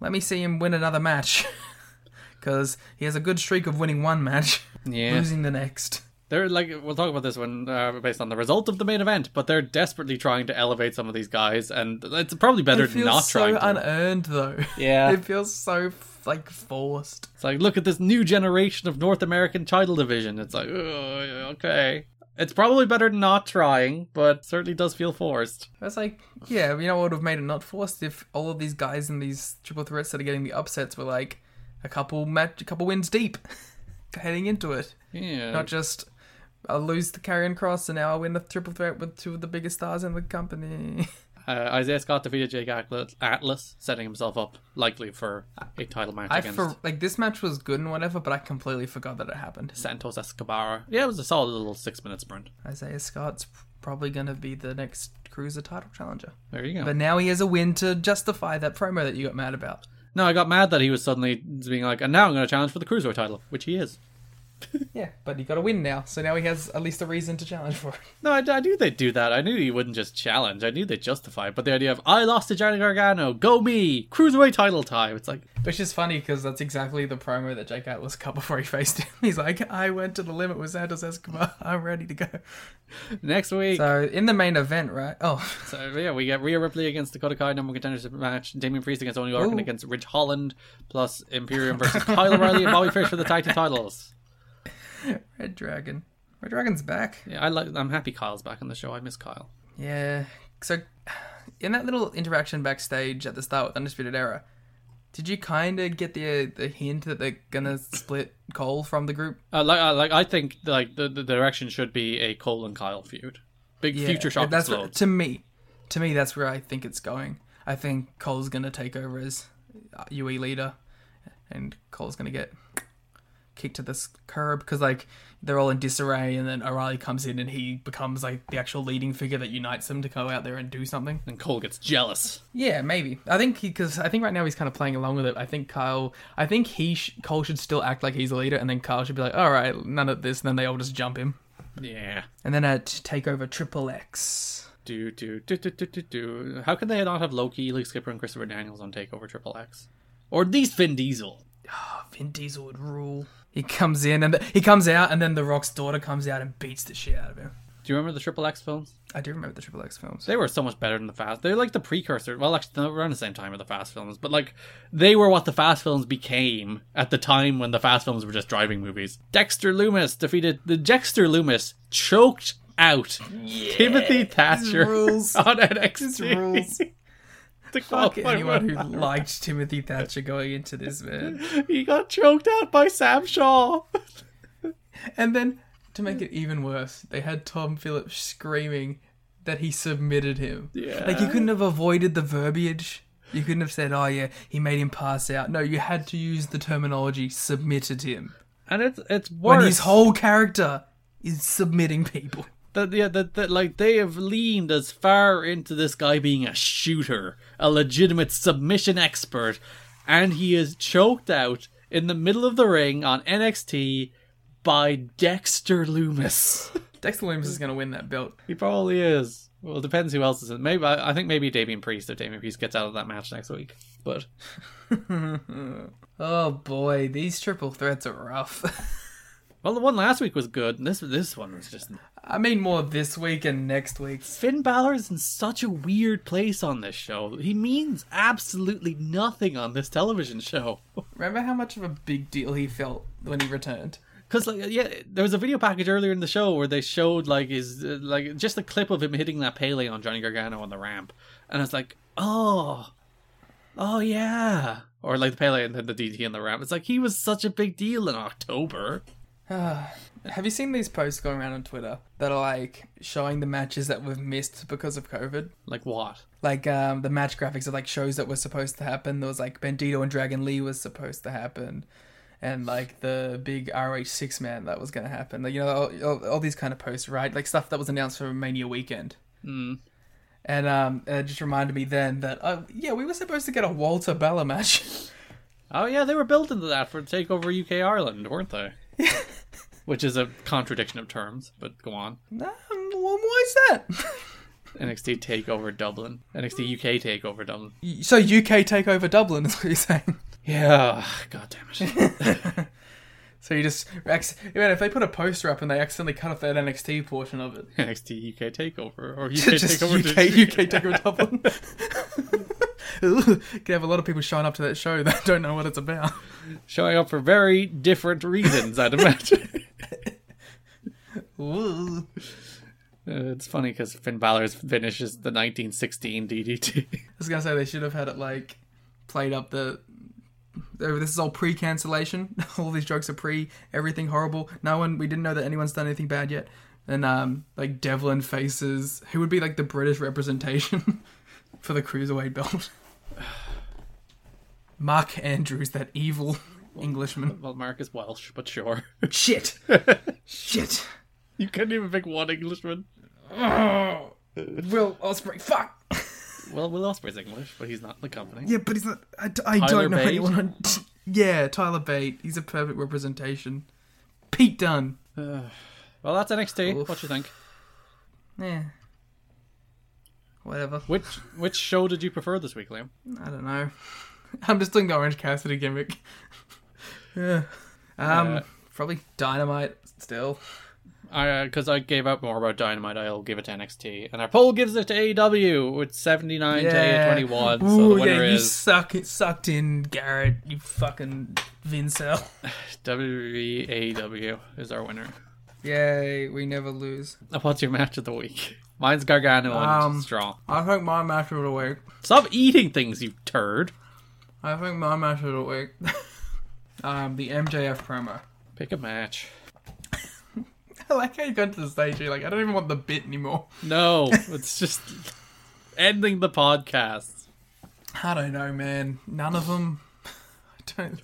Speaker 1: let me see him win another match, because he has a good streak of winning one match,
Speaker 2: Yeah.
Speaker 1: losing the next.
Speaker 2: They're like we'll talk about this one uh, based on the result of the main event, but they're desperately trying to elevate some of these guys, and it's probably better
Speaker 1: It
Speaker 2: than
Speaker 1: feels
Speaker 2: not
Speaker 1: so
Speaker 2: trying. To.
Speaker 1: unearned though.
Speaker 2: Yeah.
Speaker 1: it feels so like forced.
Speaker 2: it's like look at this new generation of North American title division. It's like "Ugh, okay, it's probably better than not trying, but certainly does feel forced.
Speaker 1: I was like, yeah, you know what would have made it not forced if all of these guys in these triple threats that are getting the upsets were like a couple match, a couple wins deep, heading into it.
Speaker 2: Yeah,
Speaker 1: Not just I lose to Karrion Cross and now I win the triple threat with two of the biggest stars in the company.
Speaker 2: uh, Isaiah Scott defeated Jake Atlas, Atlas, setting himself up likely for a title match
Speaker 1: I
Speaker 2: against
Speaker 1: for like this match was good and whatever, but I completely forgot that it happened.
Speaker 2: Santos Escobar. Yeah, it was a solid little six-minute sprint.
Speaker 1: Isaiah Scott's probably gonna be the next cruiser title challenger.
Speaker 2: There you go.
Speaker 1: But now he has a win to justify that promo that you got mad about.
Speaker 2: No, I got mad that he was suddenly being like, and now I'm going to challenge for the cruiserweight title, which he is.
Speaker 1: Yeah, but he got a win now, so now he has at least a reason to challenge for it.
Speaker 2: No, I, I knew they'd do that. I knew he wouldn't just challenge. I knew they'd justify it. But the idea of I lost to Johnny Gargano, go me, cruiserweight title time. It's like,
Speaker 1: Which is funny because that's exactly the promo that Jake Atlas cut before he faced him. He's like, I went to the limit with Santos Escobar. I'm ready to go.
Speaker 2: next week. So,
Speaker 1: So in the main event, right? Oh,
Speaker 2: yeah, we get Rhea Ripley against Dakota Kai number contenders match. Damian Priest against Oni Lorcan
Speaker 1: Ooh.
Speaker 2: against Ridge Holland plus Imperium versus Kyle O'Reilly and Bobby Fish for the tag team titles.
Speaker 1: Red Dragon. Red Dragon's back.
Speaker 2: Yeah, I like. I'm happy Kyle's back on the show. I miss Kyle.
Speaker 1: Yeah. So, in that little interaction backstage at the start with Undisputed Era, did you kind of get the uh, the hint that they're gonna split Cole from the group?
Speaker 2: Uh, like, uh, like I think like the, the direction should be a Cole and Kyle feud. Big future shock
Speaker 1: That's
Speaker 2: explodes.
Speaker 1: where- to me. To me, that's where I think it's going. I think Cole's gonna take over as uh, UE leader, and Cole's gonna get kicked to this curb because like they're all in disarray, and then O'Reilly comes in and he becomes like the actual leading figure that unites them to go out there and do something.
Speaker 2: and Cole gets jealous.
Speaker 1: Yeah, maybe. I think because I think right now he's kind of playing along with it. I think Kyle, I think he sh- Cole should still act like he's a leader, and then Kyle should be like, "All right, none of this," and then they all just jump him.
Speaker 2: Yeah.
Speaker 1: And then at Takeover Triple X,
Speaker 2: Do do do do do do do. How can they not have Loki, Luke Skipper, and Christopher Daniels on Takeover Triple X, or at least Vin Diesel?
Speaker 1: Vin Diesel would rule. He comes in and th- he comes out, and then The Rock's daughter comes out and beats the shit out of him.
Speaker 2: Do you remember the Triple X films?
Speaker 1: I do remember the Triple X films.
Speaker 2: They were so much better than the Fast. They're like the precursor. Well, actually, they were around the same time of the Fast films, but like they were what the Fast films became at the time when the Fast films were just driving movies. Dexter Loomis defeated the Dexter Loomis choked out Timothy Thatcher
Speaker 1: rules.
Speaker 2: on NXT.
Speaker 1: rules. Oh
Speaker 2: To
Speaker 1: Fuck
Speaker 2: qualify
Speaker 1: anyone who
Speaker 2: for-
Speaker 1: liked Timothy Thatcher going into this man.
Speaker 2: He got choked out by Sam Shaw.
Speaker 1: And then to make it even worse, they had Tom Phillips screaming that he submitted him. Yeah. Like you couldn't have avoided the verbiage. You couldn't have said, "Oh yeah, he made him pass out." No, you had to use the terminology "submitted him."
Speaker 2: and it's it's worse.
Speaker 1: When his whole character is submitting people.
Speaker 2: that yeah that, that like they have leaned as far into this guy being a shooter a legitimate submission expert and he is choked out in the middle of the ring on NXT by Dexter Loomis
Speaker 1: Dexter Loomis is going to win that belt.
Speaker 2: he probably is well it depends who else is in maybe I, I think maybe Damien Priest if Damien Priest gets out of that match next week but
Speaker 1: Oh boy, these triple threats are rough.
Speaker 2: well the one last week was good and this this one was just
Speaker 1: I mean, more this week and next week.
Speaker 2: Finn Balor is in such a weird place on this show. He means absolutely nothing on this television show.
Speaker 1: Remember how much of a big deal he felt when he returned?
Speaker 2: Because like yeah, there was a video package earlier in the show where they showed like his uh, like just a clip of him hitting that Pele on Johnny Gargano on the ramp, and it's like oh, oh yeah, or like the Pele and then the DT on the ramp. It's like he was such a big deal in October.
Speaker 1: Have you seen these posts going around on Twitter that are like showing the matches that we've missed because of COVID?
Speaker 2: Like what?
Speaker 1: Like um, the match graphics of like shows that were supposed to happen. There was like Bandito and Dragon Lee was supposed to happen, and like the big RH six man that was going to happen. Like you know all, all, all these kind of posts, right? Like stuff that was announced for Mania weekend. And um, it just reminded me then that uh, yeah, we were supposed to get a Walter Bella match.
Speaker 2: Oh yeah, they were built into that for Takeover UK Ireland, weren't they? Which is a contradiction of terms, but go on.
Speaker 1: nah, why is that?
Speaker 2: NXT Takeover Dublin, NXT UK Takeover Dublin.
Speaker 1: so UK take over Dublin is what you're saying.
Speaker 2: Yeah, god damn it.
Speaker 1: So you just, acc- man, if they put a poster up and they accidentally cut off that NXT portion of it,
Speaker 2: NXT UK Takeover or UK
Speaker 1: just
Speaker 2: Takeover.
Speaker 1: UK,
Speaker 2: to-
Speaker 1: UK take over Dublin. Ugh, Could have a lot of people showing up to that show that don't know what it's about.
Speaker 2: Showing up for very different reasons, I'd imagine.
Speaker 1: Ugh.
Speaker 2: Uh, it's funny because Finn Balor's finish is the 1916 DDT.
Speaker 1: I was gonna say they should have had it like played up the. oh, This is all pre-cancellation. All these jokes are pre. Everything horrible. No one. We didn't know that anyone's done anything bad yet. And um, like Devlin faces who would be like the British representation for the cruiserweight belt. Mark Andrews, that evil Englishman.
Speaker 2: well, Mark is Welsh, but sure.
Speaker 1: Shit. Shit.
Speaker 2: you couldn't even pick one Englishman.
Speaker 1: Will Osprey. Fuck.
Speaker 2: Well, Will Ospreay's English, but he's not in the company.
Speaker 1: Yeah, but he's not. I, d- I
Speaker 2: Tyler
Speaker 1: don't know
Speaker 2: Bate?
Speaker 1: anyone. On, yeah, Tyler Bate. He's a perfect representation. Pete Dunne.
Speaker 2: Well, that's NXT.
Speaker 1: Oof.
Speaker 2: What do you think?
Speaker 1: Yeah. Whatever.
Speaker 2: Which which show did you prefer this week, Liam?
Speaker 1: I don't know. I'm just doing the Orange Cassidy gimmick. yeah. Um,
Speaker 2: Yeah.
Speaker 1: probably Dynamite still.
Speaker 2: because I gave up more about Dynamite, I'll give it to NXT, and our poll gives it to AEW with seventy nine to
Speaker 1: Yeah.
Speaker 2: twenty one. So the
Speaker 1: Ooh,
Speaker 2: winner
Speaker 1: yeah, you
Speaker 2: is
Speaker 1: suck. It sucked in, Garrett. You fucking Vincel.
Speaker 2: WWE AEW E is our winner.
Speaker 1: Yay, we never lose.
Speaker 2: Now, What's your match of the week? Mine's Gargano
Speaker 1: Um,
Speaker 2: and Strong.
Speaker 1: I think my match of the week.
Speaker 2: Stop eating things, you turd.
Speaker 1: I think my match of the week. um, the MJF promo.
Speaker 2: Pick a match.
Speaker 1: I like how you got to the stage where you're like, I don't even want the bit anymore.
Speaker 2: No, it's just ending the podcast.
Speaker 1: I don't know, man. None of them. I don't.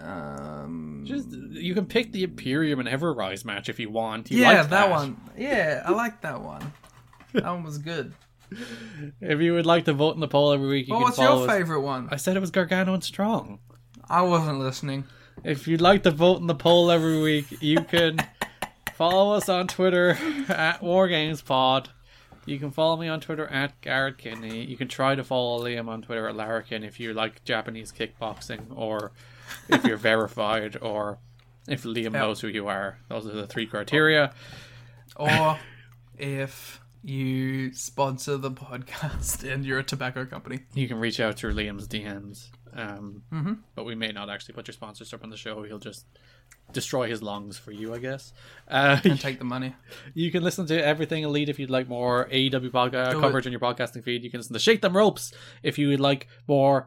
Speaker 1: Um,
Speaker 2: Just you can pick the Imperium and Everrise match if you want. You
Speaker 1: Yeah,
Speaker 2: liked
Speaker 1: that, one. Yeah, I like that one. That one was good.
Speaker 2: If you would like to vote in the poll every week, you
Speaker 1: Well,
Speaker 2: can
Speaker 1: what's
Speaker 2: follow
Speaker 1: your
Speaker 2: us.
Speaker 1: favorite one?
Speaker 2: I said it was Gargano and Strong.
Speaker 1: I wasn't listening.
Speaker 2: If you'd like to vote in the poll every week, you can follow us on Twitter at WarGamesPod. You can follow me on Twitter at Garrett Kinney. You can try to follow Liam on Twitter at Larrikin if you like Japanese kickboxing or if you're verified or if Liam knows who you are. Those are the three criteria.
Speaker 1: Or if you sponsor the podcast and you're a tobacco company.
Speaker 2: You can reach out through Liam's DMs. Um, But we may not actually put your sponsorship on the show. He'll just destroy his lungs for you, I guess. Uh,
Speaker 1: and Take the money.
Speaker 2: You can listen to everything Elite if you'd like more E AEW podca-
Speaker 1: it.
Speaker 2: coverage on your podcasting feed. You can listen to Shake Them Ropes if you would like more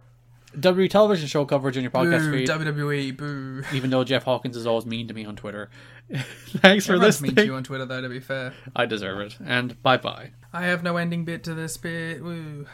Speaker 2: WWE television show coverage in your
Speaker 1: Boo,
Speaker 2: podcast feed.
Speaker 1: WWE, boo.
Speaker 2: even though Jeff Hawkins is always mean to me on Twitter. Thanks for
Speaker 1: Everyone's mean to
Speaker 2: listening.
Speaker 1: you on Twitter, though, to be fair.
Speaker 2: I deserve it. And bye bye.
Speaker 1: I have no ending bit to this bit. Woo.